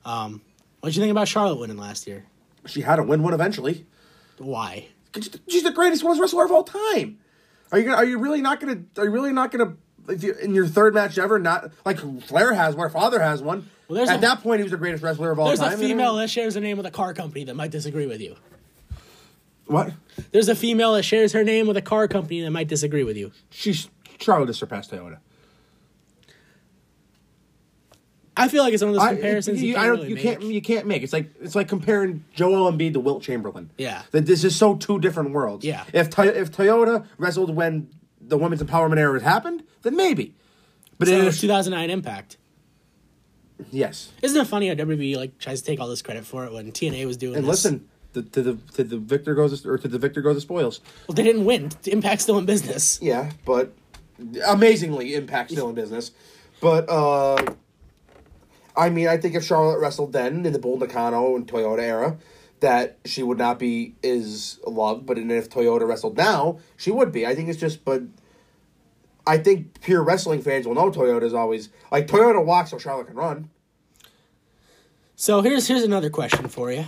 B: What'd you think about Charlotte winning last year?
D: She had to win one eventually.
B: Why?
D: She's the greatest women's wrestler of all time. Are you gonna, are you really not gonna are you really not gonna if you, in your third match ever not like Flair has one, her father has one.
B: Well, there's
D: At
B: a-
D: that point, he was the greatest wrestler of all
B: There's
D: time.
B: a female that shares her name with a car company that might disagree with you.
D: What?
B: There's a female that shares her name with a car company that might disagree with you.
D: She's Charlotte has surpassed Toyota.
B: I feel like it's one of those
D: I-
B: comparisons you,
D: you,
B: can't
D: I don't-
B: really
D: you
B: make.
D: can't you can't make it's like it's like comparing Joel Embiid to Wilt Chamberlain.
B: Yeah.
D: that this is so two different worlds.
B: Yeah.
D: if Toy- if Toyota wrestled when the women's empowerment era happened, then maybe. But
B: So
D: it
B: it's
D: is
B: 2009 Impact.
D: yes,
B: Isn't it funny how WWE like tries to take all this credit for it when TNA was doing
D: and
B: this?
D: listen the, to the to the victor goes or to the victor goes the spoils.
B: well, they didn't win. Impact's still in business.
D: Yeah, but amazingly, Impact's still in business. But uh I mean, I think if Charlotte wrestled then in the Bull Nakano and Toyota era, that she would not be as loved. But then if Toyota wrestled now, she would be. I think it's just, but I think pure wrestling fans will know Toyota's always like Toyota walks so Charlotte can run.
B: So here's here's another question for you.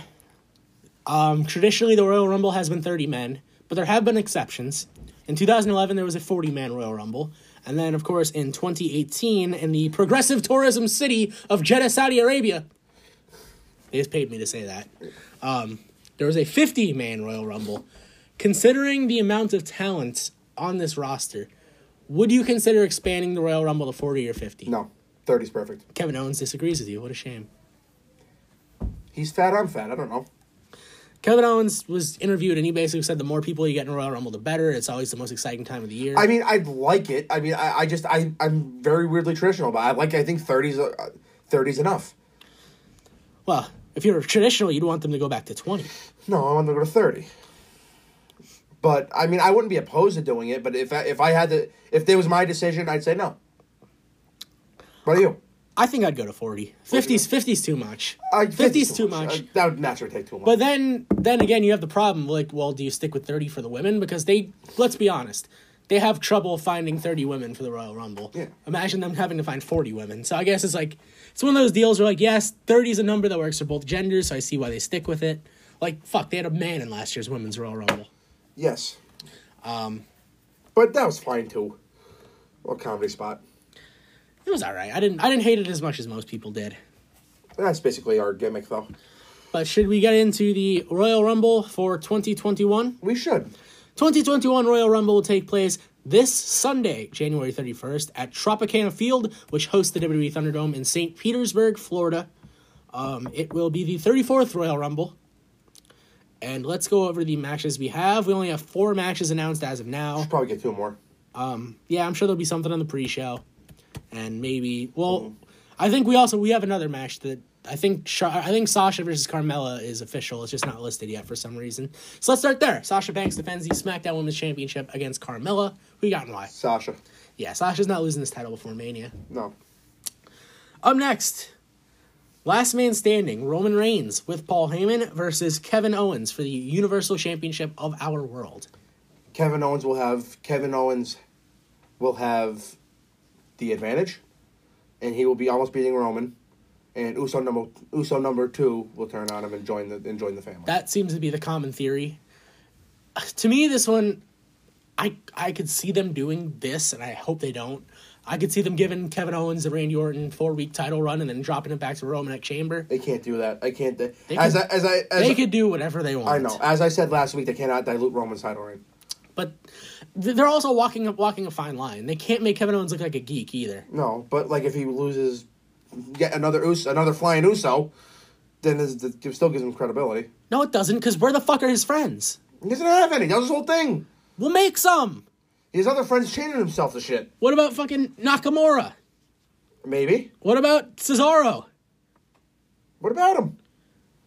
B: Um, traditionally, the Royal Rumble has been 30 men, but there have been exceptions. In 2011, there was a 40 man Royal Rumble. And then, of course, in 2018, in the progressive tourism city of Jeddah, Saudi Arabia, they just paid me to say that. Um, there was a 50 man Royal Rumble. Considering the amount of talent on this roster, would you consider expanding the Royal Rumble to 40 or 50?
D: No, 30's perfect.
B: Kevin Owens disagrees with you. What a shame.
D: He's fat, I'm fat. I don't know.
B: Kevin Owens was interviewed, and he basically said the more people you get in Royal Rumble, the better. It's always the most exciting time of the year.
D: I mean, I'd like it. I mean, I, I just, I, I'm very weirdly traditional, but I like, I think 30's, uh, 30's enough.
B: well, if you're traditional, you'd want them to go back to 20.
D: No, I want to go to thirty. But I mean, I wouldn't be opposed to doing it. But if I, if I had to, if it was my decision, I'd say no. What are you?
B: I think I'd go to 40. 50's, 50's too much.
D: I-
B: 50's too much.
D: Uh, that would naturally take too much.
B: But then, then again, you have the problem. Like, well, do you stick with 30 for the women? Because they, let's be honest, they have trouble finding 30 women for the Royal Rumble.
D: Yeah.
B: Imagine them having to find 40 women. So I guess it's like, it's one of those deals where, like, yes, 30 is a number that works for both genders, so I see why they stick with it. Like, fuck, they had a man in last year's Women's Royal Rumble.
D: Yes. Um, but that was fine too. Well, comedy spot.
B: It was all right. I didn't, I didn't hate it as much as most people did.
D: That's basically our gimmick, though.
B: But should we get into the Royal Rumble for 2021?
D: We should.
B: 2021 Royal Rumble will take place this Sunday, January 31st, at Tropicana Field, which hosts the WWE Thunderdome in St. Petersburg, Florida. Um, it will be the 34th Royal Rumble. And let's go over the matches we have. We only have four matches announced as of now.
D: Probably get two more.
B: Yeah, I'm sure there'll be something on the pre-show, and maybe. Well, I think we also we have another match that I think Sha- I think Sasha versus Carmella is official. It's just not listed yet for some reason. So let's start there. Sasha Banks defends the SmackDown Women's Championship against Carmella. We got and why?
D: Sasha.
B: Yeah, Sasha's not losing this title before Mania.
D: No.
B: Up next, last man standing: Roman Reigns with Paul Heyman versus Kevin Owens for the Universal Championship of our world.
D: Kevin Owens will have Kevin Owens will have the advantage, and he will be almost beating Roman. And Uso number Uso number two will turn on him and join the and join the family.
B: That seems to be the common theory. To me, this one, I I could see them doing this, and I hope they don't. I could see them giving Kevin Owens the Randy Orton four week title run, and then dropping it back to Roman at Chamber.
D: they can't do that. I can't. They,
B: They
D: as
B: could-
D: I as I as
B: They
D: I,
B: could do whatever they want.
D: I know. As I said last week, they cannot dilute Roman's title reign.
B: but th- they're also walking up walking a fine line. They can't make Kevin Owens look like a geek either.
D: No, but like if he loses yet another Uso, another flying Uso, then this, this still gives him credibility.
B: No, it doesn't, because where the fuck are his friends?
D: He doesn't have any. That was his whole thing.
B: We'll make some.
D: His other friends chaining himself to shit.
B: What about fucking Nakamura?
D: Maybe.
B: What about Cesaro?
D: What about him?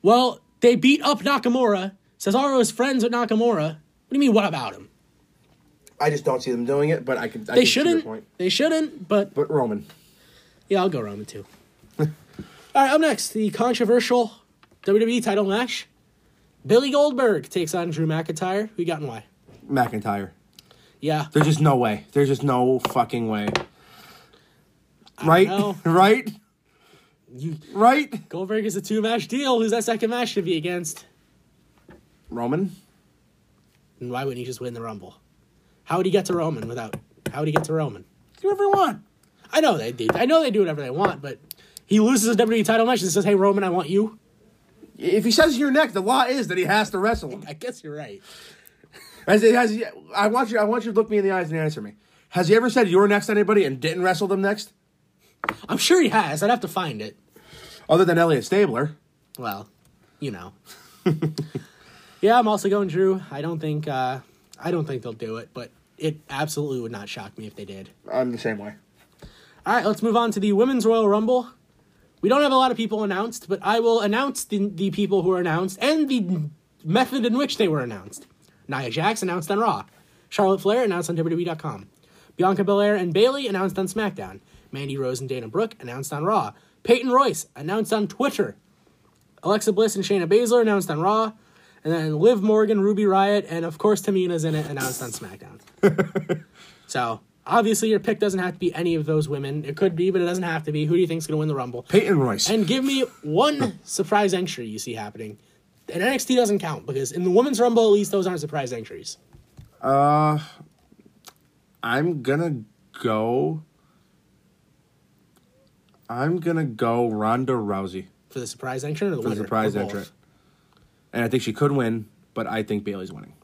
B: Well, they beat up Nakamura. Cesaro is friends with Nakamura. What do you mean? What about him?
D: I just don't see them doing it, but I can. I
B: They
D: can see your
B: shouldn't.
D: point.
B: They shouldn't. But
D: But Roman.
B: yeah, I'll go Roman too. All right, up next, the controversial WWE title match. Billy Goldberg takes on Drew McIntyre. Who you got and why?
D: McIntyre.
B: Yeah,
D: There's just no way. There's just no fucking way. Right?
B: know.
D: Right?
B: You-
D: right?
B: Goldberg is a two match deal. Who's that second match to be against?
D: Roman?
B: And why wouldn't he just win the Rumble? How would he get to Roman without? How would he get to Roman?
D: Do whatever you want.
B: I know they do. I know they do whatever they want, but he loses a WWE title match and says, "Hey Roman, I want you."
D: If he says your neck, the law is that he has to wrestle him.
B: I guess you're right.
D: As it has, I want you. I want you to look me in the eyes and answer me. Has he ever said you're next to anybody and didn't wrestle them next,
B: I'm sure he has. I'd have to find it.
D: other than Elliot Stabler?
B: Well, you know. yeah, I'm also going Drew. I don't think uh, I don't think they'll do it, but it absolutely would not shock me if they did.
D: I'm the same way.
B: All right, let's move on to the Women's Royal Rumble. We don't have a lot of people announced, but I will announce the, the people who are announced and the method in which they were announced. Nia Jax announced on Raw. Charlotte Flair announced on WWE.com. Bianca Belair and Bailey announced on SmackDown. Mandy Rose and Dana Brooke announced on Raw. Peyton Royce announced on Twitter. Alexa Bliss and Shayna Baszler announced on Raw. And then Liv Morgan, Ruby Riot, and of course Tamina's in it announced on SmackDown. So obviously, your pick doesn't have to be any of those women. It could be, but it doesn't have to be. Who do you think's going to win the Rumble?
D: Peyton Royce.
B: And give me one surprise entry you see happening. And NXT doesn't count because in the Women's Rumble, at least those aren't surprise entries.
D: I'm gonna go. I'm gonna go Ronda Rousey
B: For the surprise entrant or the
D: for the
B: winner?
D: surprise
B: Or both?
D: entrant, and I think she could win, but I think Bailey's winning.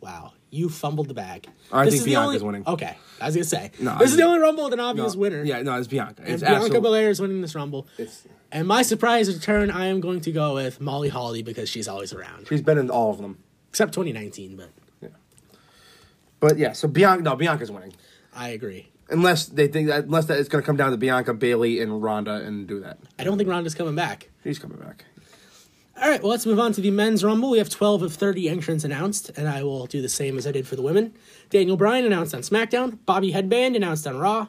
B: Wow, you fumbled the bag.
D: I think
B: the
D: Bianca's
B: only-
D: winning.
B: Okay, I was gonna say
D: No,
B: this
D: I-
B: is the only Rumble with an
D: No,
B: obvious winner.
D: Yeah, no, it's Bianca.
B: and
D: It's
B: Bianca
D: absolute-
B: Belair is winning this Rumble.
D: It's-
B: and my surprise return, I am going to go with Molly Holly because she's always around,
D: She's been in all of them,
B: except 2019. But
D: but yeah. So Bianca, no, Bianca's winning.
B: I agree.
D: Unless they think that, unless that it's going to come down to Bianca, Bailey, and Ronda, and do that.
B: I don't think Ronda's coming back.
D: She's coming back.
B: All right, well, let's move on to the men's rumble. We have 12 of 30 entrants announced, and I will do the same as I did for the women. Daniel Bryan announced on SmackDown, Bobby Headband announced on Raw,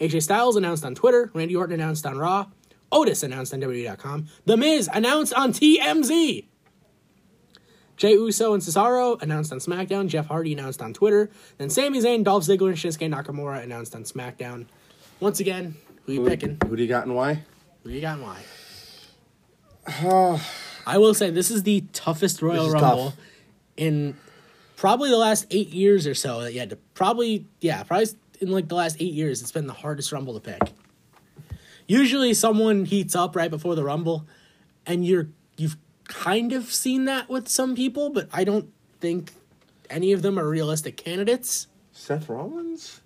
B: AJ Styles announced on Twitter, Randy Orton announced on Raw, E Otis announced on WWE.com, The Miz announced on TMZ, Jay Uso and Cesaro announced on SmackDown. Jeff Hardy announced on Twitter. Then Sami Zayn, Dolph Ziggler, and Shinsuke Nakamura announced on SmackDown. Once again, who you picking?
D: Who do you got and why?
B: Who you got and why? I will say this is the toughest Royal
D: is
B: Rumble
D: tough.
B: in probably the last eight years or so that you had to probably yeah probably in like the last eight years it's been the hardest Rumble to pick. Usually someone heats up right before the Rumble, and you're you've kind of seen that with some people, but I don't think any of them are realistic candidates.
D: Seth Rollins?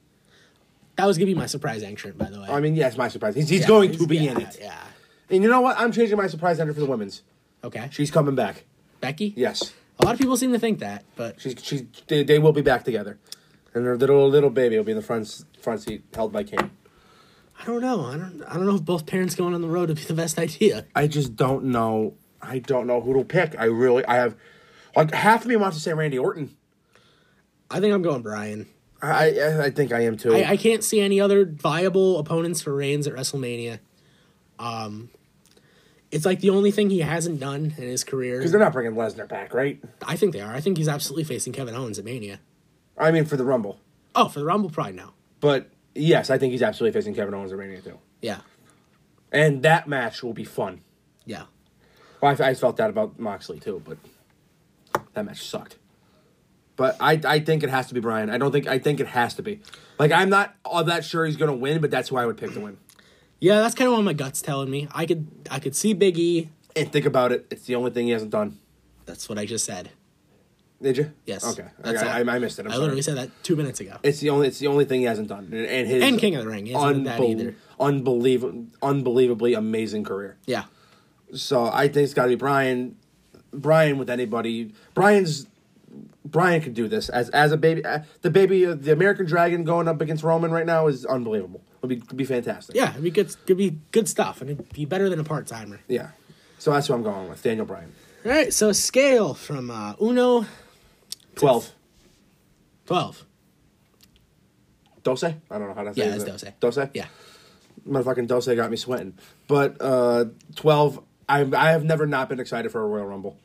B: That was gonna be my surprise entrant, by the way.
D: I mean, yeah, it's my surprise. He's, he's
B: Yeah,
D: going
B: he's-
D: to be
B: yeah,
D: in it.
B: Yeah.
D: And you know what? I'm changing my surprise enter for the women's.
B: Okay.
D: She's coming back.
B: Becky.
D: Yes.
B: A lot of people seem to think that, but
D: She's, she's, they, they will be back together. And their little, little baby will be in the front, front seat held by Kane.
B: I don't know. I don't. I don't know if both parents going on the road would be the best idea.
D: I just don't know. I don't know who to pick. I really, I have, like, half of me wants to say Randy Orton.
B: I think I'm going Brian.
D: I, I, I think I am too.
B: I, I can't see any other viable opponents for Reigns at WrestleMania. Um, it's like the only thing he hasn't done in his career.
D: Because they're not bringing Lesnar back, right?
B: I think they are. I think he's absolutely facing Kevin Owens at Mania.
D: I mean, for the Rumble.
B: Oh, for the Rumble, probably no.
D: But yes, I think he's absolutely facing Kevin Owens at Mania too.
B: Yeah,
D: And that match will be fun.
B: yeah.
D: Well, I, I felt that about Moxley too, but that match sucked. But I, I think it has to be Brian. I don't think I think it has to be. Like I'm not all that sure he's gonna win, but that's who I would pick to win.
B: Yeah, that's kind of what my gut's telling me. I could, I could see Big E.
D: And think about it, it's the only thing he hasn't done.
B: That's what I just said.
D: Did you?
B: Yes.
D: Okay.
B: That's
D: I,
B: all.
D: I, I missed it. I'm
B: I
D: sorry.
B: literally said that two minutes ago.
D: It's the only it's the only thing he hasn't done, and, and his
B: And King of the Ring, he hasn't done that either.
D: unbelievable, unbelievably amazing career.
B: yeah.
D: So I think it's got to be Brian. Brian with anybody. Brian's Brian could do this as as a baby. uh, The baby, uh, the American Dragon going up against Roman right now is unbelievable. It'll be could be fantastic.
B: Yeah, it'd be good. It'd be good stuff, and it'd be better than a part timer.
D: Yeah. So that's what I'm going with Daniel Bryan.
B: All right, so scale from uh, uno
D: Twelve.
B: 12.
D: Dose? I don't know how to say
B: Yeah,
D: it.
B: it's Dose.
D: Dose?
B: Yeah,
D: Motherfucking Dose got me sweating. But uh, twelve. I I have never not been excited for a Royal Rumble.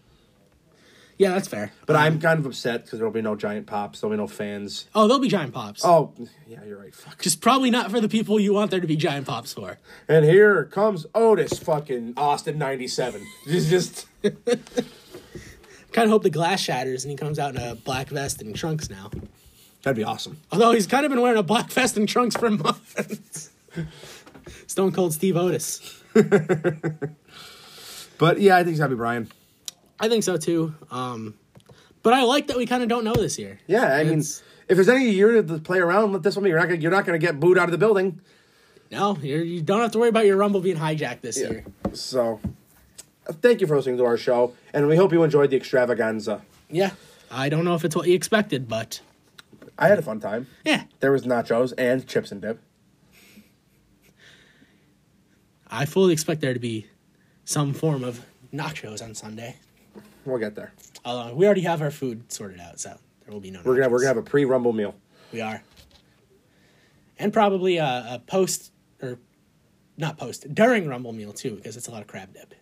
B: yeah, that's fair.
D: But I'm kind of upset because there'll be no giant pops. There'll be no fans.
B: Oh, there'll be giant pops.
D: Oh, yeah, you're right. Fuck.
B: Just probably not for the people you want there to be giant pops for.
D: And here comes Otis fucking Austin 97. This is just.
B: Kind of hope the glass shatters and he comes out in a black vest and trunks now.
D: That'd be awesome.
B: Although he's kind of been wearing a black vest and trunks for months. Stone Cold Steve Otis.
D: But yeah, I think it's gotta be Brian.
B: I think so too. Um, but I like that we kind of don't know this year.
D: Yeah, I mean,
B: It's-
D: if there's any year to play around, let this one be. You're not gonna, you're not gonna get booed out of the building.
B: No, you're, you don't have to worry about your Rumble being hijacked this year.
D: So, thank you for listening to our show, and we hope you enjoyed the extravaganza.
B: Yeah. I don't know if it's what you expected, but
D: I had a fun time.
B: yeah.
D: There was nachos and chips and dip.
B: I fully expect there to be some form of nachos on Sunday.
D: We'll get there.
B: Although we already have our food sorted out, so there will be no.
D: We're gonna
B: nachos.
D: we're gonna have a pre rumble meal.
B: We are. And probably a, a post or not post during Rumble meal too, because it's a lot of crab dip.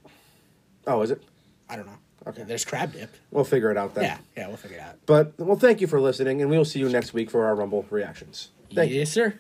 D: Oh, is it?
B: I don't know. Okay. There's crab dip.
D: We'll figure it out then.
B: Yeah. Yeah. We'll figure it out.
D: But well, thank you for listening, and we'll see you next week for our rumble reactions. Thank you.
B: yes, sir.